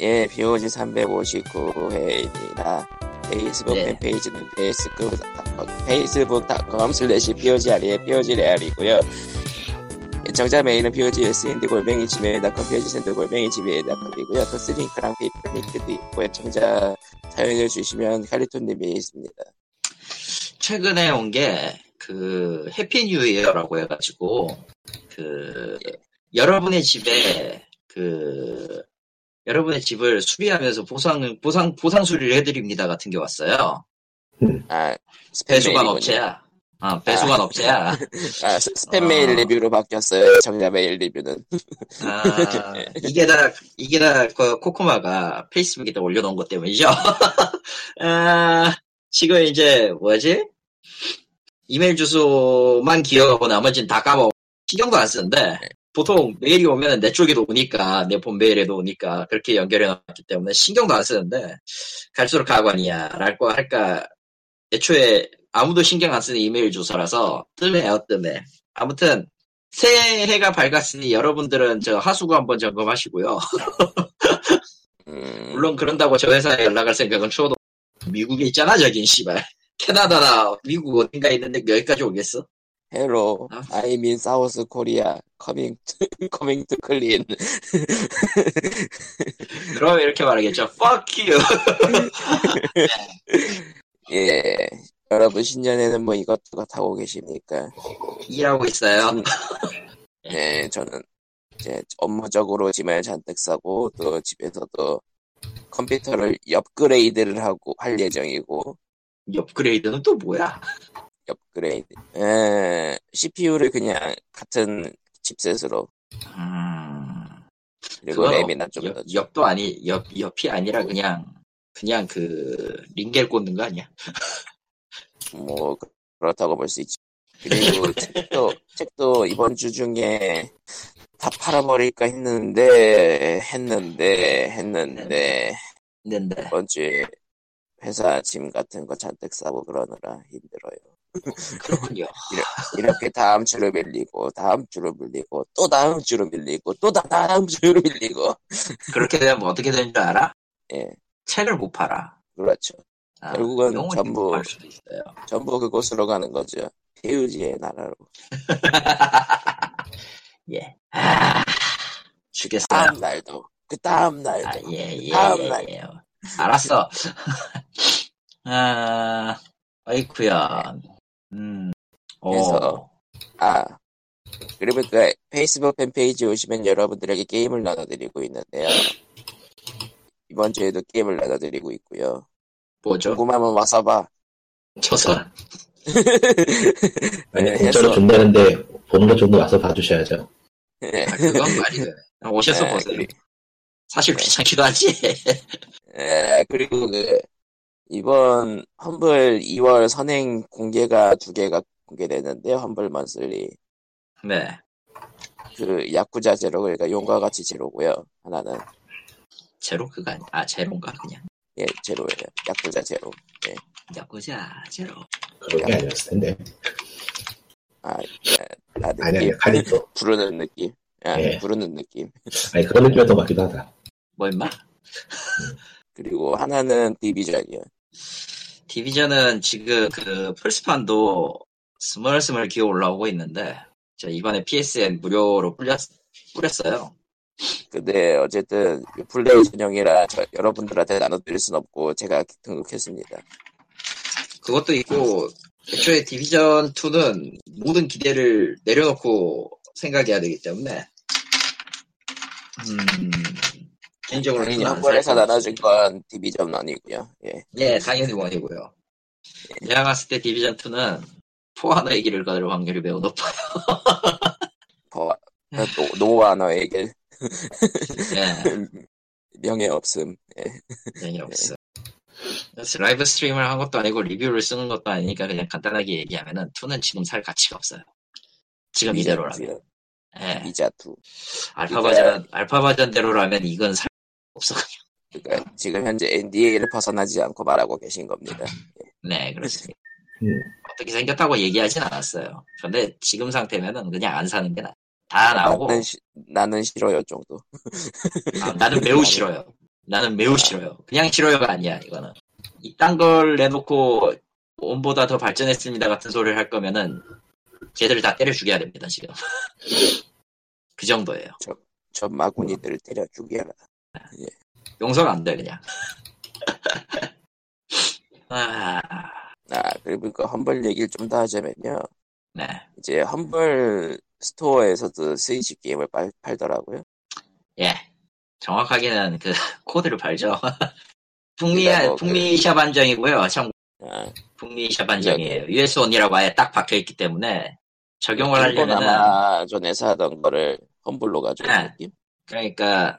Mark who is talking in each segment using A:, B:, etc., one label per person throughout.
A: 예, POG 359회입니다. 페이스북
B: 네.
A: 팬페이지는 페이스북, 페이스북.com 슬래시 POG 아래 POG 레알이고요. 정자 메일은 POG SND 골뱅이 지메일.com, POG SND 골뱅이 지메일.com이고요. 토스링크랑 페이퍼 링크도 있고, 애청자 사연을 주시면 카리톤님이 있습니다.
B: 최근에 온 게 그 해피 뉴 이어라고 해가지고 그 여러분의 집에 그 여러분의 집을 수리하면서 보상 보상 보상 수리를 해드립니다 같은 게 왔어요.
A: 아, 스팸
B: 배수관
A: 메일이군요.
B: 업체야. 아 배수관
A: 아.
B: 업체야.
A: 아, 스- 스팸 메일
B: 아.
A: 리뷰로 바뀌었어요. 정자 메일 리뷰는.
B: 아, 이게 다, 이게 다, 그 코코마가 페이스북에다 올려놓은 것 때문이죠. 아, 지금 이제, 뭐지? 이메일 주소만 기억하고 나머지는 다 까먹어. 신경도 안 쓰는데, 보통 메일이 오면 내 쪽에도 오니까, 내 본 메일에도 오니까, 그렇게 연결해놨기 때문에 신경도 안 쓰는데, 갈수록 가관이야. 라고 할까. 애초에 아무도 신경 안 쓰는 이메일 주소라서, 뜸해요, 뜸해. 아무튼, 새해가 밝았으니 여러분들은 저 하수구 한번 점검하시고요.
A: 음,
B: 물론 그런다고 저 회사에 연락할 생각은 추워도 미국에 있잖아 저긴 씨발. 캐나다나 미국 어딘가 있는데 여기까지 오겠어?
A: Hello,
B: 아.
A: I mean South Korea. Coming to, coming to clean.
B: 그럼 이렇게 말하겠죠. Fuck you.
A: 예. 여러분, 신년에는 뭐 이것저것 하고 계십니까?
B: 일하고 있어요.
A: 예, 저는 이제 업무적으로 짐을 잔뜩 싸고, 또 집에서도 컴퓨터를 업그레이드를 하고, 할 예정이고,
B: 이 업그레이드는 또 뭐야?
A: 업그레이드. 예, CPU를 그냥 같은 칩셋으로,
B: 음,
A: 그리고
B: 그건
A: 램이나 좀
B: 옆-
A: 더.
B: 옆도 아니 옆 옆이 아니라 그냥 그냥 그 링겔 꽂는 거 아니야?
A: 뭐 그- 그렇다고 볼 수 있지. 그리고 책도 책도 이번 주 중에 다 팔아버릴까 했는데 했는데 했는데
B: 있는데
A: 이번 주에 회사 짐 같은 거 잔뜩 싸고 그러느라 힘들어요.
B: 그렇군요.
A: 이렇게 다음 주로 밀리고 다음 주로 밀리고 또 다음 주로 밀리고 또 다 다음 주로 밀리고
B: 그렇게 되면 어떻게 되는 줄 알아?
A: 예
B: 책을 못 팔아.
A: 그렇죠.
B: 아,
A: 결국은
B: 영혼이
A: 전부-
B: 갈 수도 있어요.
A: 전부 그곳으로 가는 거죠. 태우지의 나라로. 그
B: 예. 아, 죽겠어요.
A: 다음 날도 그 다음 날도
B: 아, 예, 예,
A: 다음
B: 예,
A: 날.
B: 예. 알았어. 아, 아이쿠야. 음.
A: 그래서-
B: 오.
A: 아, 그리고 그 페이스북 팬페이지 오시면 여러분들에게 게임을 나눠드리고 있는데요. 이번 주에도 게임을 나눠드리고 있고요.
B: 뭐죠?
A: 궁금하면 와서 봐.
B: 저선.
A: 네,
C: 아니 공짜로
A: 해서.
C: 준다는데 보는 것 정도 와서 봐주셔야죠.
A: 예,
B: 아, 그건 말이네. 오셔서
A: 예,
B: 보세요.
A: 그리-
B: 사실
A: 네.
B: 귀찮기도 하지.
A: 예, 그리고 그 이번 험블 2월 선행 공개가 두 개가 공개되는데요. 험블 먼슬리
B: 네.
A: 그 야쿠자 제로 그러니까 용과 같이 제로고요. 하나는
B: 제로 그가 아니, 아, 제로인가 그냥.
A: 예 제로예요. 야쿠자 제로.
B: 야구자 제로.
C: 그런 게 아니었을 텐데.
A: 아, 예, 다
C: 아니 아니
A: 느낌
C: 칼리토.
A: 부르는 느낌. 아,
C: 예.
A: 부르는 느낌.
C: 아니 그런 느낌이 더 맞기도 하다.
B: 뭐 임마?
A: 그리고 하나는 디비전이요.
B: 디비전은 지금 그 플스판도 스멀스멀 기어 올라오고 있는데 저 이번에 PSN 무료로 뿌렸, 뿌렸어요.
A: 근데 그, 네, 어쨌든 플레이 전용이라 저- 여러분들한테 나눠드릴 순 없고 제가 등록했습니다.
B: 그것도 있고 애초에 디비전 2는 모든 기대를 내려놓고 생각해야 되기 때문에 음, 개인적으로
A: 당연히
B: 저는 안
A: 한번에서
B: 살
A: 네, 나눠준
B: 거예요.
A: 건 디비전 아니고요. 예.
B: 예, 당연히 원이고요. 내가 봤을 때 디비전 2는 포하나 얘기를 가질 확률이 매우 높아요. 음.
A: 더 노- 노아너에게
B: 예.
A: 명예 없음.
B: 연이 없어. 그래서 라이브 스트рим을 한 것도 아니고 리뷰를 쓰는 것도 아니니까 그냥 간단하게 얘기하면은 2는 지금 살 가치가 없어요. 지금 이대로라면.
A: 이자투요.
B: 예.
A: 이자투.
B: 알파 버전 알파 버전대로라면 이건 살 없어.
A: 그러니까 지금 현재 NDA를 벗어나지 않고 말하고 계신 겁니다.
B: 네, 그렇습니다.
C: 음.
B: 어떻게 생겼다고 얘기하진 않았어요. 근데 지금 상태면은 그냥 안 사는
A: 네.
B: 게 아, 나. 다 나오고
A: 나는, 시- 나는 싫어요 정도.
B: 아, 나는 매우 싫어요. 나는 매우 싫어요. 그냥 싫어요가 아니야, 이거는. 이딴 걸 내놓고 온보다 더 발전했습니다 같은 소리를 할 거면은 걔들을 다 때려 죽여야 됩니다, 지금. 그 정도예요.
A: 저 마구니들을 때려 죽여라.
B: 용서가 안 돼, 그냥. 아,
A: 아, 그리고 그 험벌 얘기를 좀 더 하자면요.
B: 네.
A: 이제 험벌 스토어에서도 스위치 게임을 팔, 팔더라고요.
B: 예. 정확하게는 그 코드를 팔죠.
A: 그러니까
B: 북미,
A: 뭐
B: 북미 샵 한정이고요. 참,
A: 아,
B: 북미 샵 한정이에요. US 온이라고 아예 딱 박혀있기 때문에 적용을
A: 네, 일본
B: 하려면은,
A: 아마존에서 하던 거를 험블로 가지고
B: 네.
A: 온 느낌?
B: 그러니까,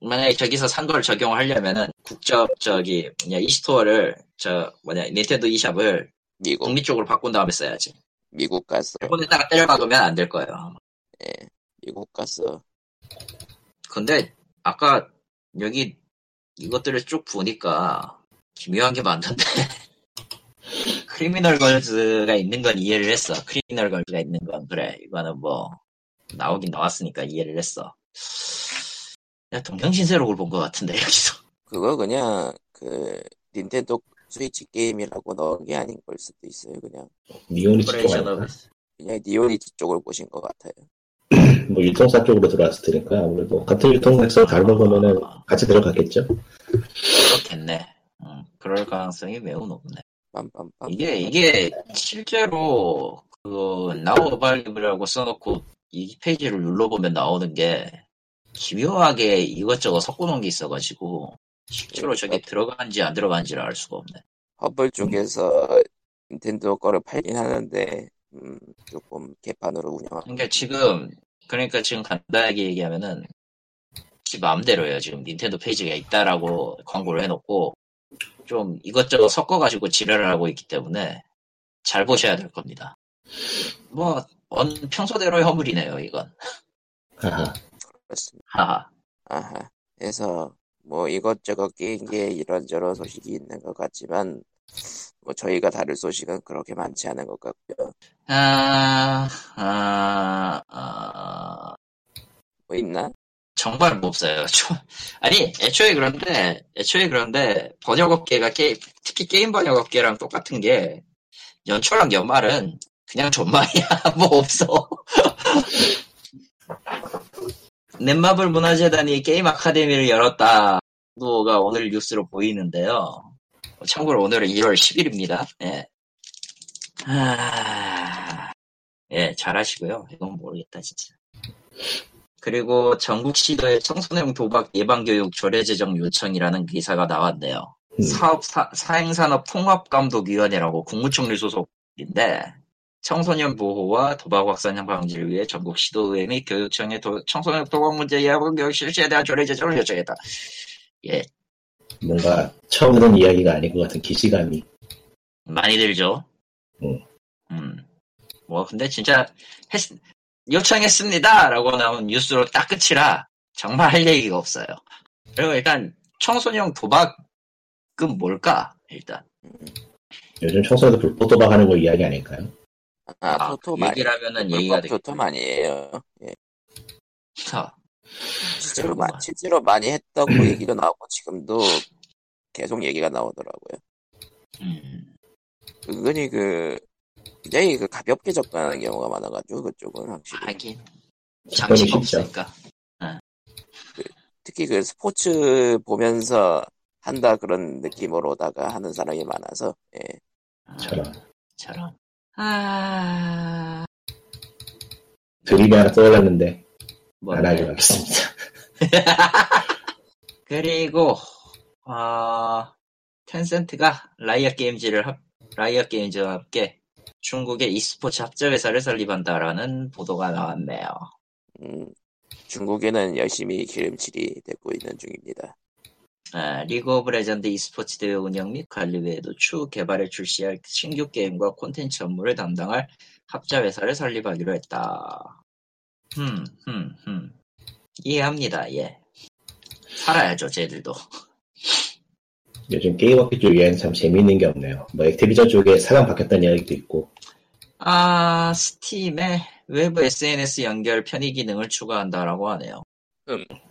B: 만약에 저기서 산 걸 적용하려면은 국적, 저기, 뭐냐, 이스토어를, 저, 뭐냐, 닌텐도 이샵을
A: 미국,
B: 북미 쪽으로 바꾼 다음에 써야지.
A: 네. 미국 갔어.
B: 일본에다가 때려박으면 안 될 거예요.
A: 미국 갔어.
B: 근데 아까 여기 이것들을 쭉 보니까 기묘한 게 많던데 크리미널 걸즈가 있는 건 이해를 했어 크리미널 걸즈가 있는 건 그래 이거는 뭐 나오긴 나왔으니까 이해를 했어 야 동경신세록을 본 것 같은데 여기서
A: 그거 그냥 그 닌텐도 스위치 게임이라고 넣은 게 아닌 걸 수도 있어요. 그냥
C: 니온이 쪽가
B: 오퍼레이션
C: 아닌가?
B: 오브
A: 그냥 니오리지 쪽을 보신 것 같아요.
C: 뭐 유통사 쪽으로 들어왔을 테니까 아무래도 같은 유통사 다른 거면은 같이 들어갔겠죠.
B: 어, 그렇겠네 음, 그럴 가능성이 매우 높네
A: 빰빰빰.
B: 이게 이게 실제로 그 나우어발리브라고 써놓고 이 페이지를 눌러보면 나오는 게 기묘하게 이것저것 섞어놓은 게 있어가지고 실제로 저게 들어간지 안 들어간지를 알 수가 없네.
A: 허블 쪽에서 닌텐도 거를 팔긴 하는데 음, 조금 개판으로 운영하고
B: 그러니까 지금 그러니까 지금 간단하게 얘기하면은 지 마음대로예요. 지금 닌텐도 페이지가 있다라고 광고를 해놓고 좀 이것저것 섞어가지고 지랄을 하고 있기 때문에 잘 보셔야 될 겁니다. 뭐 언, 평소대로의 허물이네요. 이건.
C: 아하.
A: 그렇습니다.
B: 하하.
A: 아하. 그래서 뭐 이것저것 게임 게 이런저런 소식이 있는 것 같지만 뭐 저희가 다룰 소식은 그렇게 많지 않은 것 같고요.
B: 아, 아, 아,
A: 뭐 있나?
B: 정말 못 써요. 저- 아니, 애초에 그런데, 애초에 그런데, 번역업계가 게 특히 게임 번역업계랑 똑같은 게, 연초랑 연말은 그냥 존말이야. 뭐 없어. 넷마블 문화재단이 게임 아카데미를 열었다. 노가 오늘 뉴스로 보이는데요. 참고로 오늘은 1월 10일입니다. 예. 아, 예, 잘하시고요. 이건 모르겠다, 진짜. 그리고 전국시도의 청소년 도박 예방교육 조례제정 요청이라는 기사가 나왔네요.
C: 음.
B: 사업 사, 사행산업 통합감독위원회라고 국무총리 소속인데 청소년 보호와 도박 확산 방지를 위해 전국 시도의회 및 교육청에 도- 청소년 도박 문제 예방 교육 실시에 대한 조례 제정을 요청했다. 예,
C: 뭔가 처음 듣는 이야기가 아닌 것 같은 기시감이.
B: 많이 들죠.
C: 음.
B: 음. 뭐 근데 진짜 했, 요청했습니다라고 나온 뉴스로 딱 끝이라 정말 할 얘기가 없어요. 그리고 일단 청소년 도박은 뭘까? 일단
C: 요즘 청소에도 불법 도박하는 거 이야기 아닐까요?
A: 아, 토토 많이
B: 얘기를 하면은 얘기가
A: 불법
B: 되겠다.
A: 토토 많이에요. 예. 실제로
B: 그렇구만.
A: 마- 실제로 많이 했다고 얘기도 나오고 지금도 계속 얘기가 나오더라고요.
B: 음.
A: 은근히 그 굉장히 그 가볍게 접근하는 경우가 많아가지고 그쪽은 확실히
B: 하긴 장치가
C: 접근이 쉽죠.
B: 없으니까.
A: 특히 그 스포츠 보면서 한다 그런 느낌으로다가 하는 사람이 많아서 예.
C: 저런.
B: 저런. 아,
C: 드립이 하나 떠올랐는데
B: 뭐,
C: 안 하기로 하겠습니다.
B: 그리고, 어, 텐센트가 라이엇 게임즈를 합, 라이엇 게임즈와 함께 중국의 e스포츠 합자회사를 설립한다라는 보도가 나왔네요.
A: 음, 중국에는 열심히 기름칠이 되고 있는 중입니다.
B: 아, 리그 오브 레전드 e스포츠 대회 운영 및 관리 외에도 추후 개발에 출시할 신규 게임과 콘텐츠 업무를 담당할 합자회사를 설립하기로 했다. 흠, 흠, 흠. 이해합니다, 예. 살아야죠, 쟤들도.
C: 요즘 게임업계 쪽 이야기는 참 재미있는 게 없네요. 뭐 액티비전 쪽에 사람 바뀌었다는 이야기도 있고
B: 아, 스팀에 외부 SNS 연결 편의 기능을 추가한다라고 하네요.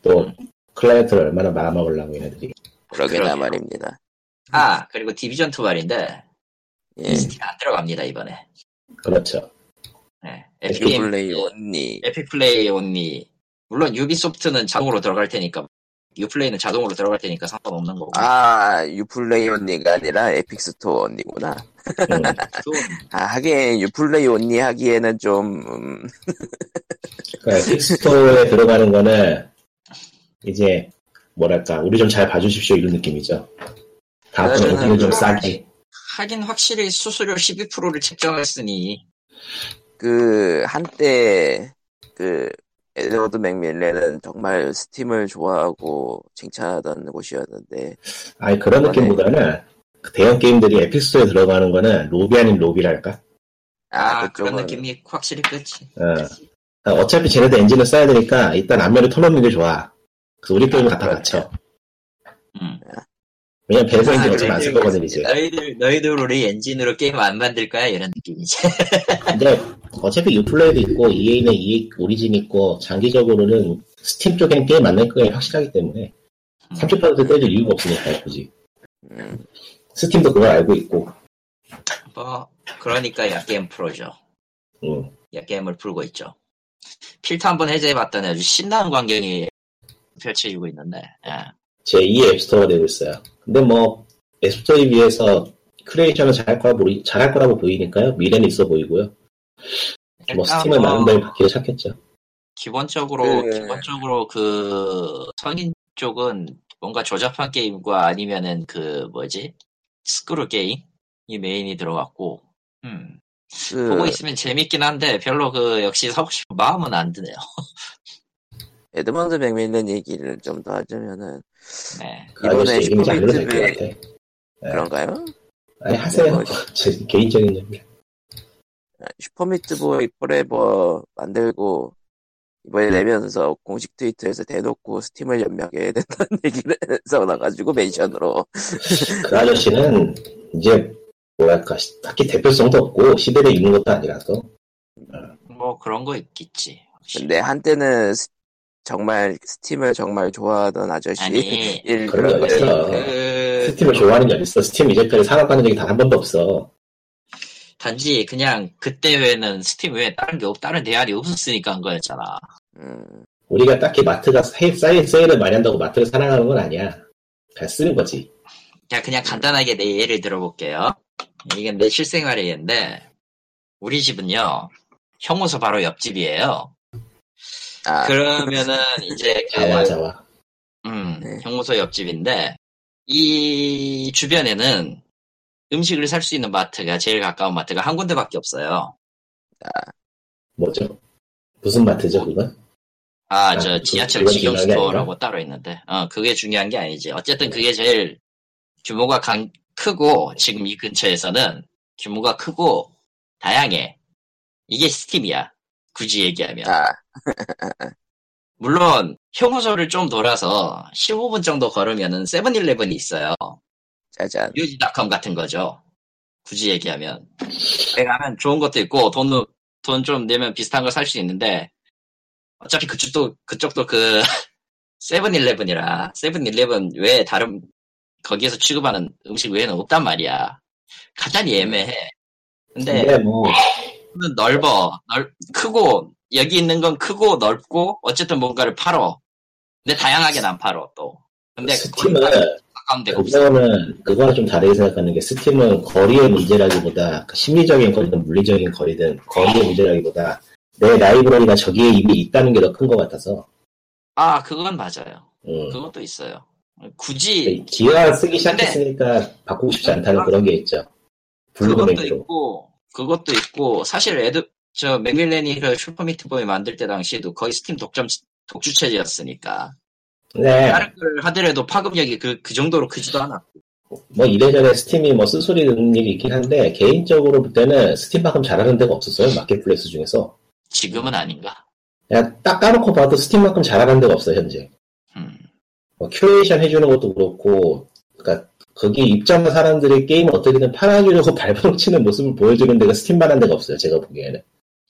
C: 또 클라이언트를 얼마나 마음먹으려고 얘네들이.
A: 그러게나
B: 그러게요.
A: 말입니다.
B: 아 그리고 디비전 2 말인데
A: 예.
B: 스팀 안 들어갑니다 이번에.
C: 그렇죠.
B: 네.
A: 에픽
B: 에픽
A: 플레이 언니.
B: 에픽 플레이 온리. 물론 유비소프트는 자동으로 들어갈 테니까 유플레이는 자동으로 들어갈 테니까 상관없는 거고.
A: 아, 유플레이 언니가 아니라 에픽 스토어 언니구나.
C: 음,
B: 또
A: 아, 하긴 유플레이 언니 하기에는 좀 음,
C: 그러니까 픽스토어에 들어가는 거는 이제 뭐랄까 우리 좀 잘 봐주십시오 이런 느낌이죠. 다음부터
A: 그러면은
C: 우리는 좀
B: 그-
C: 싸게.
B: 하긴 확실히 수수료 12%를 책정했으니
A: 그 한때 그 에드워드 맥밀레는 정말 스팀을 좋아하고 칭찬하던 곳이었는데
C: 아니
B: 그렇죠.
C: 그런
A: 그러네.
C: 느낌보다는 그 대형 게임들이 에픽스토어에 들어가는 거는 로비 아닌 로비랄까.
B: 아,
A: 그쪽은-
B: 그런 느낌이 확실히 끝이.
C: 어. 어차피 쟤네들 엔진을 써야 되니까 일단 앞면을 터놓는 게 좋아. 그래서 우리 게임을 갖다 맞춰.
B: 아, 그렇죠. 음.
C: 왜냐면 배에서
B: 아,
C: 엔진
B: 그래.
C: 어차피 안쓸 거거든 이제.
B: 너희들 너희들 우리 엔진으로 게임 안 만들 거야 이런 느낌이지.
C: 근데 어차피 유플레이도 있고 EA는 EA 오리진 있고 장기적으로는 스팀 쪽엔 게임 만날 거에 확실하기 때문에 30% 떼줄 이유가 없으니까 굳이
A: 음,
C: 스팀도 그걸 알고 있고
B: 뭐 그러니까 약게임 프로죠.
C: 음.
B: 약게임을 풀고 있죠. 필터 한번 해제해봤더니 아주 신나는 광경이 펼쳐지고 있는데. 예.
C: 제2의 앱스토어가 되고 있어요 근데 뭐 앱스토어에 비해서 크리에이션을 잘할 거라 보이, 잘할 거라고 보이니까요 미래는 있어 보이고요 뭐
A: 아,
B: 일단
C: 스팀은
B: 뭐
C: 많은 데바퀴를 찾겠죠
B: 기본적으로
A: 네.
B: 기본적으로 그 성인 쪽은 뭔가 조잡한 게임과 아니면은 그 뭐지 스크루 게임이 메인이 들어갔고 음,
A: 그
B: 보고 있으면 재밌긴 한데 별로 그 역시 사고 싶은 마음은 안 드네요.
A: 에드먼드 맥밀런 얘기를 좀 더 하자면은
B: 네.
C: 그 아저씨
A: 이번에
C: 얘기는 잘 들어도
A: 스포츠
C: 될것 같아
A: 그런가요?
C: 아니 하세요
A: 뭐,
C: 제 개인적인 얘기
A: 슈퍼미트보이 포레버 만들고 이번에 내면서 공식 트위터에서 대놓고 스팀을 연명해야 된다는 얘기를 해서 나가지고 멘션으로
C: 그 아저씨는 이제 뭐랄까 시- 딱히 대표성도 없고 시대에 있는 것도 아니라서
B: 뭐 그런 거 있겠지. 혹시.
A: 근데 한때는 스- 정말 스팀을 정말 좋아하던 아저씨
B: 아니
A: 일
C: 그런 거
A: 그런
C: 있어.
A: 거지.
B: 그
C: 스팀을 좋아하는 게 어딨어 스팀 이제까지 산업가는 적이 단 한 번도 없어
B: 단지 그냥 그때 외에는 스팀 외에 다른 게 없, 다른 대안이 없었으니까 한 거였잖아.
A: 음,
C: 우리가 딱히 마트가 세- 사이 세일을 많이 한다고 마트를 사랑하는 건 아니야. 그냥 쓰는 거지.
B: 자,
A: 음.
B: 그냥 간단하게 내 예를 들어볼게요. 이건 내 실생활의 예인데, 우리 집은요, 형무소 바로 옆집이에요.
A: 아,
B: 그러면은, 이제, 그,
C: 자와 자와.
B: 음,
A: 네.
B: 형무소 옆집인데, 이 주변에는 음식을 살 수 있는 마트가, 제일 가까운 마트가 한 군데밖에 없어요.
C: 뭐죠? 무슨 마트죠 그건?
B: 아,
C: 아,
B: 저
C: 그-
B: 지하철
C: 그건
B: 직영
C: 중요한 게 네.
B: 스토어라고 따로 있는데, 어, 그게 중요한 게 아니지. 어쨌든 그게 제일 규모가 강, 크고, 지금 이 근처에서는 규모가 크고, 다양해. 이게 스팀이야. 굳이 얘기하면.
A: 아,
B: 물론, 효소를 좀 돌아서 15분 정도 걸으면은 세븐일레븐이 있어요.
A: 짜잔
B: 유지닷컴 같은 거죠. 굳이 얘기하면. 내가 하면 좋은 것도 있고, 돈, 돈 좀 내면 비슷한 걸 살 수 있는데, 어차피 그쪽도, 그쪽도 그, 세븐일레븐이라, 세븐일레븐 외에 다른, 거기에서 취급하는 음식 외에는 없단 말이야. 간단히 애매해. 근데,
C: 근데 뭐
B: 는 넓어. 넓, 크고, 여기 있는 건 크고 넓고, 어쨌든 뭔가를 팔어. 근데 다양하게 난 팔어, 또. 근데
C: 스팀은
B: 가까운 데가 없어.
C: 그거는 그거는 좀 다르게 생각하는 게 스팀은 거리의 문제라기보다 그 심리적인 거리든 물리적인 거리든 거리의 문제라기보다 내 라이브러리가 저기에 이미 있다는 게 더 큰 것 같아서.
B: 아, 그건 맞아요.
C: 음.
B: 그것도 있어요. 굳이,
C: 기아
B: 네.
C: 쓰기 시작했으니까 바꾸고 싶지 않다는 그런 게 있죠.
B: 아. 그것도
C: 블루그맥으로.
B: 있고, 그것도 있고, 사실 애드, 저, 맥밀렌이 그 슈퍼미트보이 만들 때 당시에도 거의 스팀 독점, 독주체제였으니까.
C: 네.
B: 다른 걸 하더라도 파급력이 그, 그 정도로 크지도 않았고.
C: 뭐 이래저래 스팀이 뭐 쓴소리 듣는 일이 있긴 한데 개인적으로 볼 때는 스팀만큼 잘하는 데가 없었어요 마켓플레이스 중에서
B: 지금은 아닌가.
C: 그냥 딱 까놓고 봐도 스팀만큼 잘하는 데가 없어요 현재
B: 음.
C: 뭐 큐레이션 해주는 것도 그렇고 그러니까 거기 입장한 사람들이 게임을 어떻게든 팔아주려고 발버둥치는 모습을 보여주는 데가 스팀만한 데가 없어요 제가 보기에는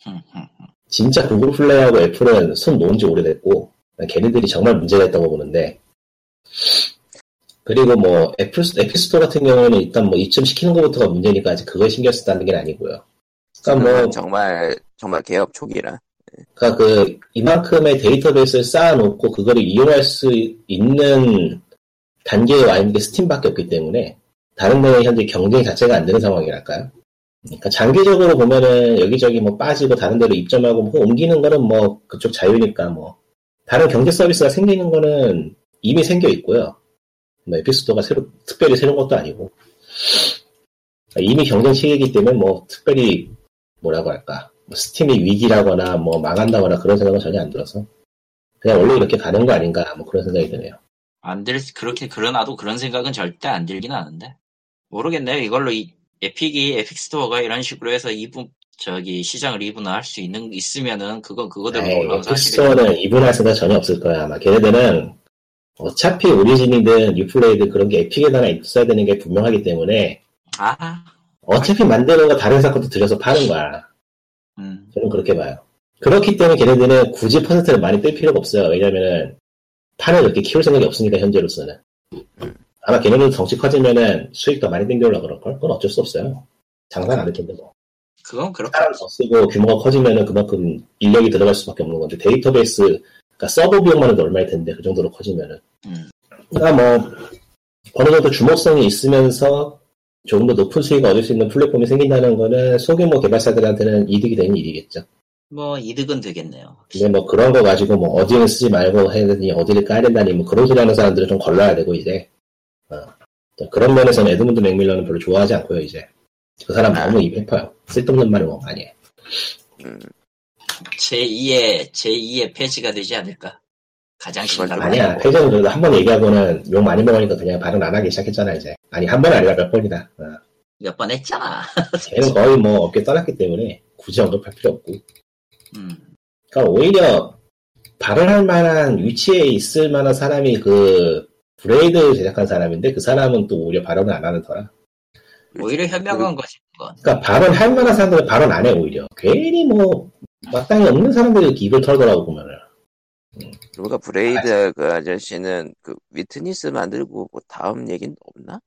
B: 음, 음.
C: 진짜 구글 플레이하고 애플은 손 놓은 지 오래됐고 난 걔네들이 정말 문제가 있다고 보는데 그리고 뭐 애플 애플 스토어 같은 경우는 일단 뭐 입점시키는 것부터가 문제니까 아직 그걸 신경 쓰다는 게 아니고요. 그러니까
A: 음.
C: 뭐
A: 정말 정말 개업 초기라.
C: 그러니까 그 이만큼의 데이터베이스를 쌓아놓고 그거를 이용할 수 있는 단계에 와 있는 게 스팀밖에 없기 때문에 다른 데는 현재 경쟁 자체가 안 되는 상황이랄까요. 그러니까 장기적으로 보면은 여기저기 뭐 빠지고 다른 데로 입점하고 뭐 옮기는 거는 뭐 그쪽 자유니까 뭐 다른 경제 서비스가 생기는 거는 이미 생겨 있고요. 뭐 에피소드가 새로 특별히 새로운 것도 아니고 그러니까 이미 경쟁 시기이기 때문에 뭐 특별히 뭐라고 할까 뭐 스팀이 위기라거나 뭐 망한다거나 그런 생각은 전혀 안 들어서 그냥 원래 이렇게 가는 거 아닌가 뭐 그런 생각이 드네요.
B: 안들 그렇게 그러나도 그런 생각은 절대 안 들긴 하는데 모르겠네요. 이걸로 이, 에픽이 에픽 스토어가 이런 식으로 해서 이분 저기 시장을 이분화할 수 있는 있으면은 그건 뭐 그거대로
C: 에이, 네, 에픽 스토어는 뭐 이분할 생각 전혀 없을 거야 아마 걔네들은 어차피 오리진이든 유플레이든 그런 게 에픽에다가 있어야 되는 게 분명하기 때문에
B: 아
C: 어차피 만드는 거 다른 사건도 들여서 파는 거야.
B: 음.
C: 저는 그렇게 봐요. 그렇기 때문에 걔네들은 굳이 퍼센트를 많이 뺄 필요가 없어요. 왜냐면은 판을 이렇게 키울 생각이 없으니까 현재로서는. 아마 걔네들 덩치 커지면은 수익도 많이 땡겨올라 그럴걸? 그건 어쩔 수 없어요. 장난 안할 텐데 뭐.
B: 그건 그렇고
C: 사람 더 쓰고 규모가 커지면은 그만큼 인력이 들어갈 수밖에 없는 건데 데이터베이스, 그러니까 서버 비용만 해도 얼마일 텐데 그 정도로 커지면은.
B: 음.
C: 그러니까 뭐 어느 정도 주목성이 있으면서 조금 더 높은 수익을 얻을 수 있는 플랫폼이 생긴다는 거는 소규모 개발사들한테는 이득이 되는 일이겠죠.
B: 뭐 이득은 되겠네요.
C: 근데 뭐 그런 거 가지고 뭐 어디는 쓰지 말고 해야 되니 어디를 까야 된다니 뭐 그런 소리 하는 사람들은 좀 걸러야 되고 이제 어. 또 그런 면에서는 에드문드 맥밀런은 별로 좋아하지 않고요 이제 그 사람 너무 입해파요 쓸데없는 말을 너무 많이 해
B: 제2의 제2의 폐지가 되지 않을까? 가장
A: 그건 좀
B: 신랄한
C: 아니야 패전 그래도 한 번 얘기하고는 욕 많이 먹으니까 그냥 발언 안 하기 시작했잖아 이제 아니 한 번 아니라 몇 번이다 어.
B: 몇번 했잖아.
C: 걔는 거의 뭐 업계 떠났기 때문에 굳이 언급할 필요 없고
B: 음.
C: 그러니까 오히려 발언할 만한 위치에 있을 만한 사람이 그 브레이드 제작한 사람인데 그 사람은 또 오히려 발언을 안 하는 더라.
B: 오히려 현명한 거지 그건.
C: 그렇죠. 그러니까 발언할 만한 사람들은 발언 안 해 오히려. 괜히 뭐 마땅히 없는 사람들이 이렇게 입을 털더라고 보면은.
A: 누가
C: 아.
A: 브레이드 그 아저씨는 그 위트니스 만들고 뭐 다음 얘긴 없나?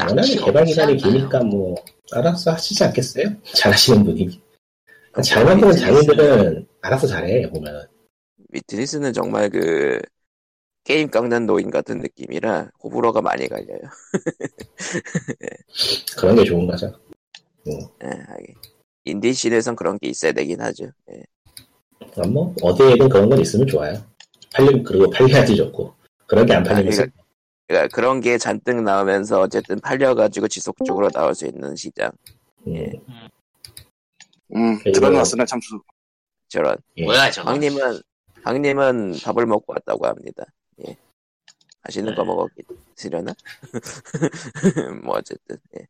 A: 아,
C: 워낙에
B: 딱히
C: 개발
B: 없지
C: 기간이
B: 않나요?
C: 기니까 뭐 알아서 하시지 않겠어요? 잘하시는 분이. 그러니까 잘
A: 뭐
C: 만드는
A: 위트니스는-
C: 장인들은 알아서 잘해 보면은.
A: 위트니스는 정말 그 게임 깎는 노인 같은 느낌이라 호불호가 많이 갈려요.
C: 그런 게 좋은 거죠.
A: 예, 하긴. 인디씬에선 그런 게 있어야 되긴 하죠. 예.
C: 그러니까 뭐 어디에든 그런 건 있으면 좋아요. 팔리 그리고 팔려야지 좋고 그런 게 안 팔리면
A: 아니,
C: 슬-
A: 그러니까 그런 게 잔뜩 나오면서 어쨌든 팔려가지고
B: 어?
A: 지속적으로 나올 수 있는 시장
C: 예.
D: 음,
C: 그리고-
D: 드라마스는 참 좋-
A: 저런.
C: 예.
B: 뭐야 저거?
A: 강님은 강님은 밥을 먹고 왔다고 합니다. 예. 맛있는
B: 네.
A: 거 먹었으려나? 뭐 어쨌든 예.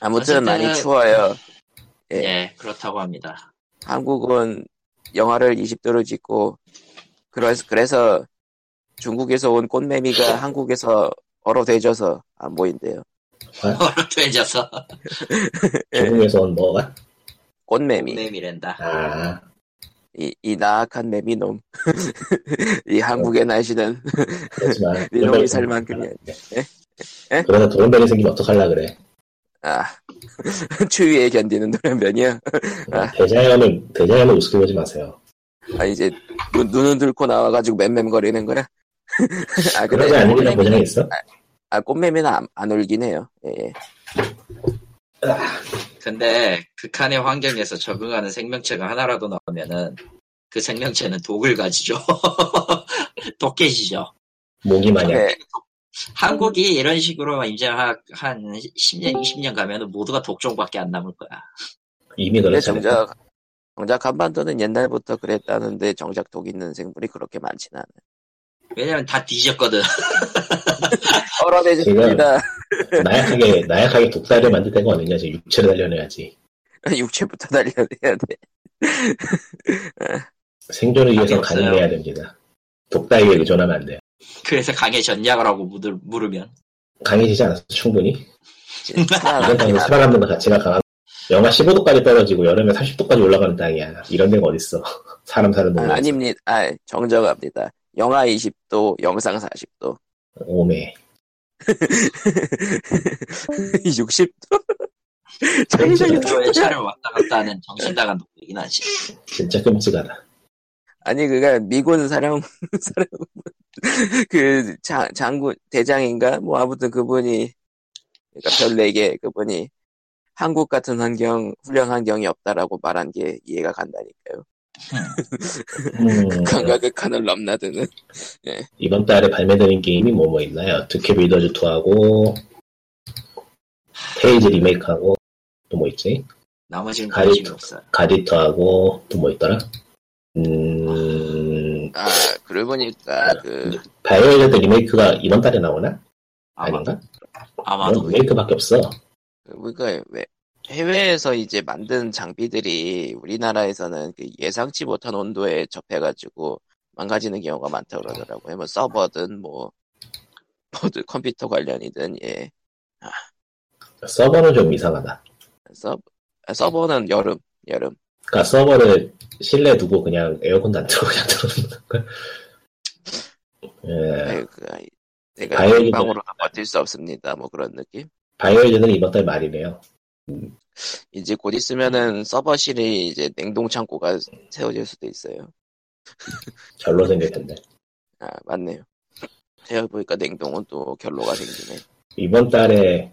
A: 아무튼
B: 어쨌든-
A: 많이 추워요.
C: 네.
A: 예.
B: 예 그렇다고 합니다.
A: 한국은 영화를 20도로 찍고 그래서 그래서 중국에서 온 꽃매미가 한국에서 얼어 대져서 안 보인대요.
B: 어른돼져서
C: 아,
A: 예.
C: 중국에서 온 뭐가? 네.
A: 꽃매미
B: 내미랜다.
C: 아,
A: 이, 이 나악한 매미놈 이 한국의 날씨는
C: 그렇지만.
A: 네 놈이 살 만큼이야. 예. 에?
C: 그러다 도련변이 생기면 어떡할라 그래.
A: 아 추위에 견디는 노란면이야. 아.
C: 대자연은, 대자연은 우습게 보지 마세요.
A: 아 이제 눈, 눈은 들고 나와가지고 맴맴거리는 거라. 아
C: 그러지
A: 근데
C: 않는 이상
A: 꽃매미,
C: 보장이 있어?
A: 아 꽃매미는 안, 안 울긴 해요. 예, 예.
B: 근데 극한의 환경에서 적응하는 생명체가 하나라도 나오면은 그 생명체는 독을 가지죠. 독해지죠.
C: 모기 마냥.
A: 근데
B: 한국이 이런 식으로 이제 한 10년, 20년 가면은 모두가 독종밖에 안 남을 거야.
C: 이미
A: 근데
C: 그렇잖아.
A: 정작 정작 한반도는 옛날부터 그랬다는데 정작 독 있는 생물이 그렇게 많진 않아.
B: 왜냐면 다 뒤졌거든.
A: 얼어대졌습니다.
C: 나약하게, 나약하게 독사를 만들 때가 어딨냐. 지금 육체를 단련해야지.
A: 육체부터 단련해야 돼.
C: 생존을 위해서
B: 없어요.
C: 가능해야 됩니다. 독다에게 의존하면 안 돼요.
B: 그래서 강해졌냐라고 묻을- 물으면
C: 강해지지 않아서 충분히.
A: 이제 살아남긴 하나.
C: 이건 살아남는 것 자체가 강한 영하 15도까지 떨어지고 여름에 30도까지 올라가는 땅이야. 이런 데가 어딨어. 사람 사는 동네.
A: 아, 아닙니다. 아, 정정합니다. 영하 20도, 영상 40도,
C: 오메.
A: 60도.
C: 진짜,
A: 차이가
B: 도로에
A: 있다.
B: 차를 왔다 갔다 하는 정신 나간 동네긴 하지.
C: 진짜 끔찍하다.
A: 아니 그가 미군 사령 사령 그 장, 장군 대장인가 뭐 아무튼 그분이 그러니까 별내게 그분이 한국 같은 환경 훌륭한 환경이 없다라고 말한 게 이해가 간다니까요.
C: 음,
A: 강과 극한을 넘나드는
C: 이번 달에 발매되는 게임이 뭐 뭐 있나요? 두캐 빌더즈 2하고 테이즈 리메이크하고 또 뭐 있지?
B: 나머지는
C: 가리-
B: 관심이 없어.
C: 가디터하고 또 뭐 있더라? 음,
A: 아 그러고 보니까 그
C: 바이오헤드 리메이크가 이번 달에 나오나?
B: 아마,
C: 아닌가?
B: 아마도.
C: 이건 리메이크밖에 없어.
A: 그러니까 왜 해외에서 이제 만든 장비들이 우리나라에서는 그 예상치 못한 온도에 접해가지고 망가지는 경우가 많다 고 그러더라고요. 뭐 서버든 뭐 모든 컴퓨터 관련이든 예
C: 서버는 좀 이상하다.
A: 서버 아, 서버는 여름 여름
C: 그러니까 서버를 실내 두고 그냥 에어컨도 안 틀고 그냥 들어오는 예, 걸. 예,
A: 아유, 그 아이, 내가
C: 네. 다행이다.
A: 방으로 버틸 수 없습니다. 뭐 그런 느낌.
C: 바이오헤드는 이번 달 말이네요.
A: 이제 곧 있으면은 서버실이 이제 냉동 창고가 세워질 수도 있어요.
C: 절로 생겼던데.
A: 아 맞네요. 생각해보니까 냉동은 또 결로가 생기네.
C: 이번 달에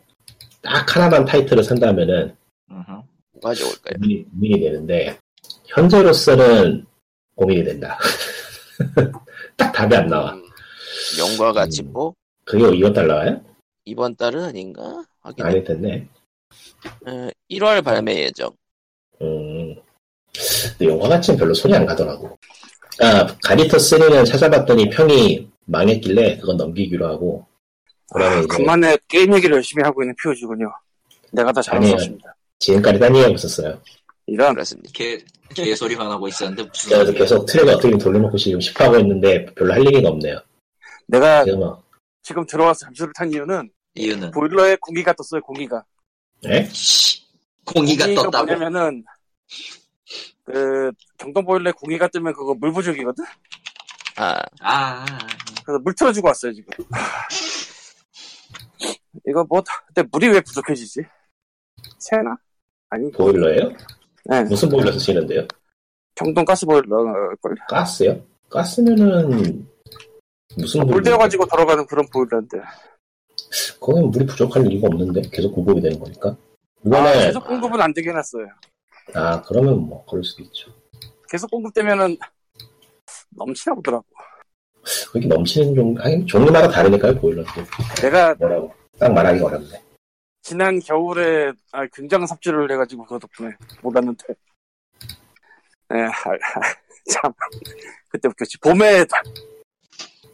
C: 딱 하나만 타이틀을 산다면은
B: 음흠.
A: 뭐가 좋을까요?
C: 고민이, 고민이 되는데 현재로서는 고민이 된다. 딱 답이 안 나와.
A: 음, 영과 같이
C: 음.
A: 뭐
C: 그게 이번 달 나와요?
A: 이번 달은 아닌가? 하긴
C: 아닐 텐데.
A: 어, 1월 발매 예정.
C: 음. 근데 영화 같은 별로 손이 안 가더라고. 아, 가디터 3는 찾아봤더니 평이 망했길래 그건 넘기기로 하고. 그러면
D: 아,
C: 이제
D: 간만에 게임 얘기를 열심히 하고 있는 피오지군요. 내가 다 잘할 수
C: 아니에요.
D: 없습니다.
C: 지금까지 딴 얘기하고 있었어요.
D: 이런
A: 그렇습니다.
B: 개, 개소리만 하고 있었는데 무슨
C: 그래서 계속 트랙을 어떻게 돌려놓고 지금 10 하고 있는데 별로 할 얘기가 없네요.
D: 내가
C: 지금 뭐,
D: 지금 들어와서 잠수를 탄 이유는
B: 이유는.
D: 보일러에 공기가 떴어요. 공기가.
C: 예?
B: 씨, 공기가 떴다고.
D: 뭐냐면은 그 경동 보일러에 공기가 뜨면 그거 물 부족이거든.
A: 아,
B: 아,
D: 그래서 물 틀어주고 왔어요 지금. 이거 뭐 근데 물이 왜 부족해지지? 새나? 아니
C: 보일러예요?
D: 네.
C: 무슨 보일러 쓰시는데요?
D: 경동 가스 보일러 어, 걸.
C: 가스요? 가스면은 무슨
D: 물
C: 보일러?
D: 되어가지고 돌아가는 그런 보일러인데.
C: 그건 물이 부족할 이유가 없는데 계속 공급이 되는 거니까.
D: 아,
C: 이번에
D: 계속 공급은 안 되게 해놨어요.
C: 아 그러면 뭐 그럴 수도 있죠.
D: 계속 공급되면은 넘치나 보더라고.
C: 그렇게 넘치는 종, 아니, 종류마다 다르니까요, 보일러도.
D: 내가
C: 뭐라고. 딱 말하기 어렵네.
D: 지난 겨울에 아, 굉장 삽질을 해가지고 그거 덕분에 몰랐는데. 예, 아, 아, 참. 그때 웃겼지. 봄에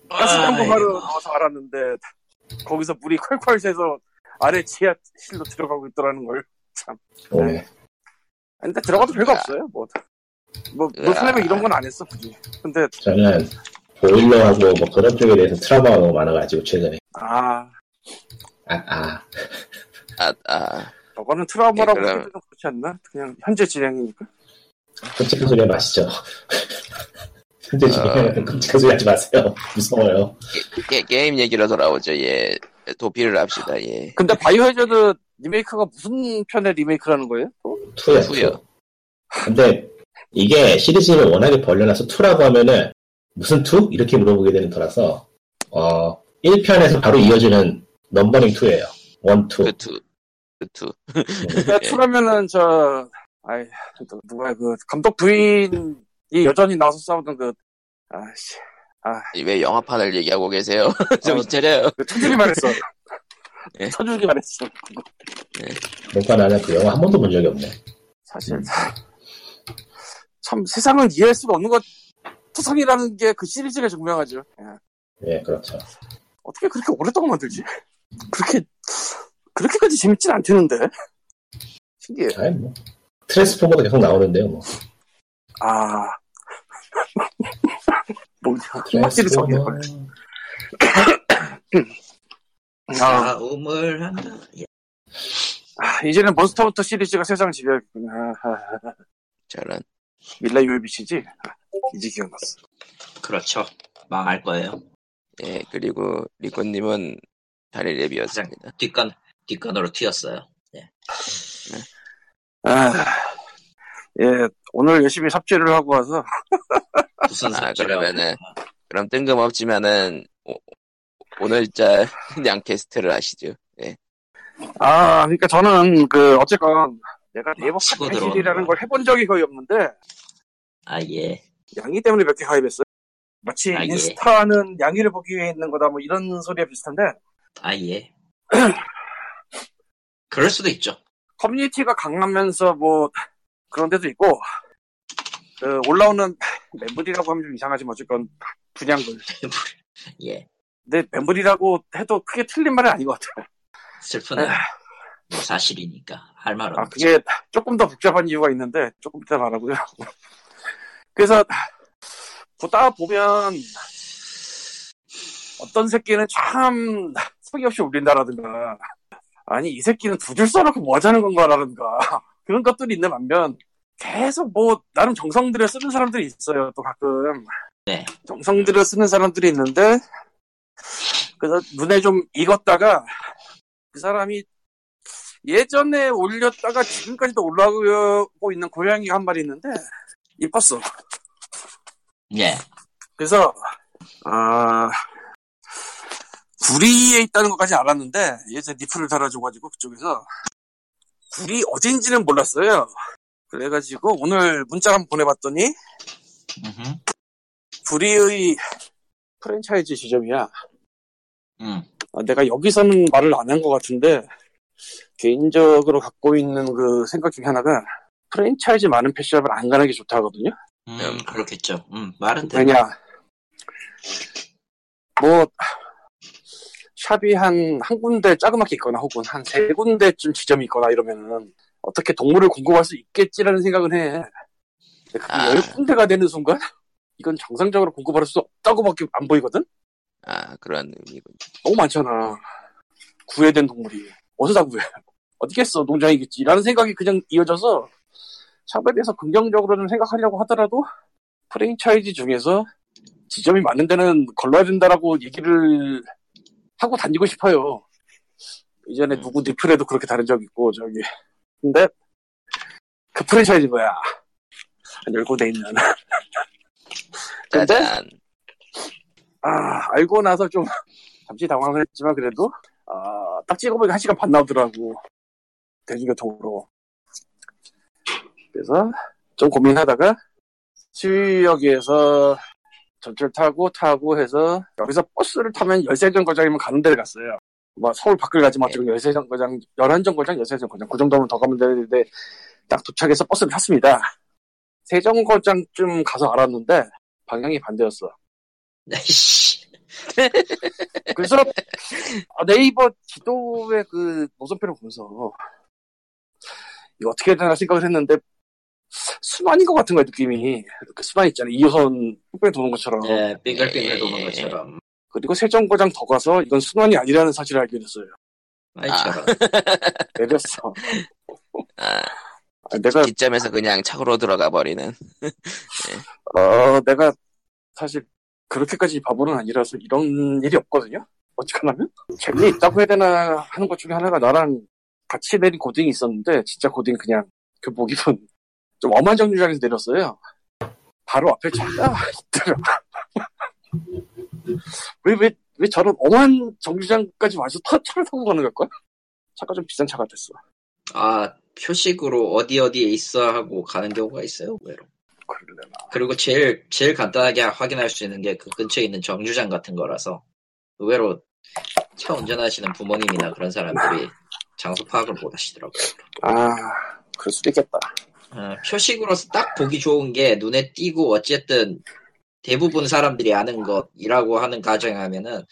D: 가스
A: 아, 예.
D: 공급하러 나와서 알았는데, 거기서 물이 콸콸 새서 아래 지하실로 들어가고 있더라는 걸.
C: 오메.
D: 아니, 근데 들어가도 별거 없어요. 뭐, 뭐,
A: 으아.
D: 물플레밍 이런 건 안 했어, 굳이. 근데,
C: 저는 보일러하고 뭐 그런 쪽에 대해서 트라우마가 너무 많아가지고, 최근에.
D: 아,
C: 아, 아.
A: 아, 아.
D: 저거는 트라우마라고
A: 예, 그럼.
D: 해도 그렇지 않나? 그냥 현재 진행이니까.
C: 끔찍한 소리 하면 아시죠? 현재
A: 아.
C: 진행하는 끔찍한 소리 하지 마세요. 무서워요.
A: 게, 게임 얘기로 돌아오죠. 예. 도피를 합시다. 예.
D: 근데 바이오헤저드 리메이크가 무슨 편의 리메이크라는 거예요? 예. 또?
C: 투야,
A: 투요.
C: 투. 근데 이게 시리즈를 워낙에 벌려놔서 투라고 하면은 무슨 투? 이렇게 물어보게 되는 터라서, 어, 1편에서 바로 이어지는 넘버링 투예요 원, 투.
A: 그 투. 그 투.
D: 그러니까 투라면은 저, 아이, 또 누가 그 감독 부인이 여전히 나와서 싸우던 그, 아씨,
A: 왜 영화판을 얘기하고 계세요? 정신 차려요.
D: 그 천줄이 말했어.
A: 예.
D: 천줄이 말했어.
C: 뭔가 나는 그 영화 한 번도 본 적이 없네.
D: 사실
C: 음.
D: 참 세상은 이해할 수가 없는 것 투성이라는 게 그 시리즈를 증명하죠. 예.
C: 예, 그렇죠.
D: 어떻게 그렇게 오랫동안 만들지? 그렇게 그렇게까지 재밌진 않겠는데 신기해.
C: 아니, 뭐. 트랜스포머도 계속 나오는데요, 뭐.
D: 아, 뭐냐? 확실히 정해.
C: 트랜스포머.
B: 아,
D: 아,
B: 싸움을 한다. 예.
D: 아, 이제는 몬스터부터 시리즈가 세상 지배하겠구나. 아, 아, 아.
A: 저런.
D: 밀라 요비치지? 아, 이제 기억났어.
B: 그렇죠. 망할 거예요.
A: 예, 그리고 리코님은 달의 랩이었습니다.
B: 뒷간, 뒷간으로 튀었어요.
D: 아, 예, 오늘 열심히 삽질을 하고 와서
B: 무슨
A: 아,
B: 삽질을
A: 그러면은
B: 하고 있나.
A: 그럼 뜬금없지만은 오, 늘자 양캐스트를 하시죠. 예.
D: 아, 그러니까 저는 그 어쨌건 내가 네이버
B: 치고
D: 카페실이라는
B: 들어오는
D: 걸 해본 적이 거의 없는데
B: 아, 예.
D: 양이 때문에 몇 개 가입했어요. 마치
B: 아, 예.
D: 인스타는 양이를 보기 위해 있는 거다 뭐 이런 소리와 비슷한데
B: 아, 예. 그럴 수도 있죠.
D: 커뮤니티가 강하면서 뭐 그런 데도 있고 그 올라오는 멤버리라고 하면 좀 이상하지만 어쨌건 분양글
B: 예.
D: 근데 멤버리라고 해도 크게 틀린 말은 아닌 것 같아요.
B: 슬프네. 뭐 사실이니까. 할 말은
D: 아,
B: 없죠.
D: 그게 조금 더 복잡한 이유가 있는데, 조금 이따 말하고요. 그래서, 보다 보면, 어떤 새끼는 참, 성의 없이 울린다라든가, 아니, 이 새끼는 두 줄 써놓고 뭐 하자는 건가라든가, 그런 것들이 있는 반면, 계속 뭐, 나름 정성들여 쓰는 사람들이 있어요, 또 가끔.
B: 네.
D: 정성들여 쓰는 사람들이 있는데, 그래서 눈에 좀 익었다가, 그 사람이 예전에 올렸다가 지금까지도 올라오고 있는 고양이 한 마리 있는데 이뻤어.
B: 예.
D: 그래서 아 구리에 있다는 것까지 알았는데 예전에 니프를 달아줘가지고 그쪽에서 구리 어딘지는 몰랐어요. 그래가지고 오늘 문자 한번 보내봤더니
B: 음흠.
D: 구리의 프랜차이즈 지점이야.
B: 음.
D: 아, 내가 여기서는 말을 안 한 것 같은데 개인적으로 갖고 있는 그 생각 중에 하나가 프랜차이즈 많은 패션을 안 가는 게 좋다 하거든요.
B: 음,
A: 음.
B: 그렇겠죠. 음, 말은 되
D: 왜냐 뭐 샵이 한 한 군데 짜그맣게 있거나 혹은 한 세 군데쯤 지점이 있거나 이러면은 어떻게 동물을 공급할 수 있겠지라는 생각은 해. 근데 그게
A: 아.
D: 열 군데가 되는 순간 이건 정상적으로 공급할 수 없다고밖에 안 보이거든.
A: 아 그런 의미군.
D: 너무 많잖아. 구해된 동물이. 어디서 다 구해? 어디겠어? 농장이겠지. 라는 생각이 그냥 이어져서 샵에 대해서 긍정적으로 좀 생각하려고 하더라도 프랜차이즈 중에서 지점이 많은 데는 걸러야 된다라고 얘기를 하고 다니고 싶어요. 이전에 누구 리플에도 그렇게 다른 적 있고, 저기. 근데 그 프랜차이즈 뭐야? 한 열고 돼 있는. 근데
A: 짜잔.
D: 아, 알고 나서 좀, 잠시 당황을 했지만, 그래도, 아, 딱 찍어보니까 한 시간 반 나오더라고. 대중교통으로. 그래서, 좀 고민하다가, 수유역에서 전철 타고, 타고 해서, 여기서 버스를 타면 13정거장이면 가는 데를 갔어요. 뭐, 서울 밖을 가지만 어쨌든 13정거장, 11정거장, 13정거장, 그 정도면 더 가면 되는데, 딱 도착해서 버스를 탔습니다. 세정거장쯤 가서 알았는데, 방향이 반대였어.
B: 씨.
D: 그래서 아, 네이버 지도의 그 노선표를 보면서 이거 어떻게 해야 되나 생각을 했는데 수만인 것 같은 거야 느낌이 그 수만 있잖아 2호선 뺑뺑 도는 것처럼
B: 예, 빙글빙글
A: 예, 예,
B: 도는
A: 예.
B: 것처럼.
D: 그리고 세정거장 더 가서 이건 순환이 아니라는 사실을 알게 됐어요
B: 아이,
A: 아.
B: 저런.
D: 내렸어
A: 아,
D: 아, 내가
A: 기점에서 그냥 차고로 들어가 버리는.
D: 어 내가 사실 그렇게까지 바보는 아니라서 이런 일이 없거든요 어찌하면 재미있다고 해야 되나 하는 것 중에 하나가 나랑 같이 내린 고딩이 있었는데 진짜 고딩 그냥 교복 입은 좀 엄한 정류장에서 내렸어요. 바로 앞에 차가 있더라. 왜, 왜, 왜 저런 엄한 정류장까지 와서 타, 차를 타고 가는 걸까? 차가 좀 비싼 차 같았어.
B: 아, 표식으로 어디 어디에 있어 하고 가는 경우가 있어요, 의외로.
D: 그러려나.
B: 그리고 제일, 제일 간단하게 확인할 수 있는 게 그 근처에 있는 정류장 같은 거라서 의외로 차 운전하시는 부모님이나 그런 사람들이 장소 파악을 못 하시더라고요.
D: 아, 그럴 수도 있겠다.
B: 어, 표식으로서 딱 보기 좋은 게 눈에 띄고 어쨌든 대부분 사람들이 아는 것이라고 하는 가정하면은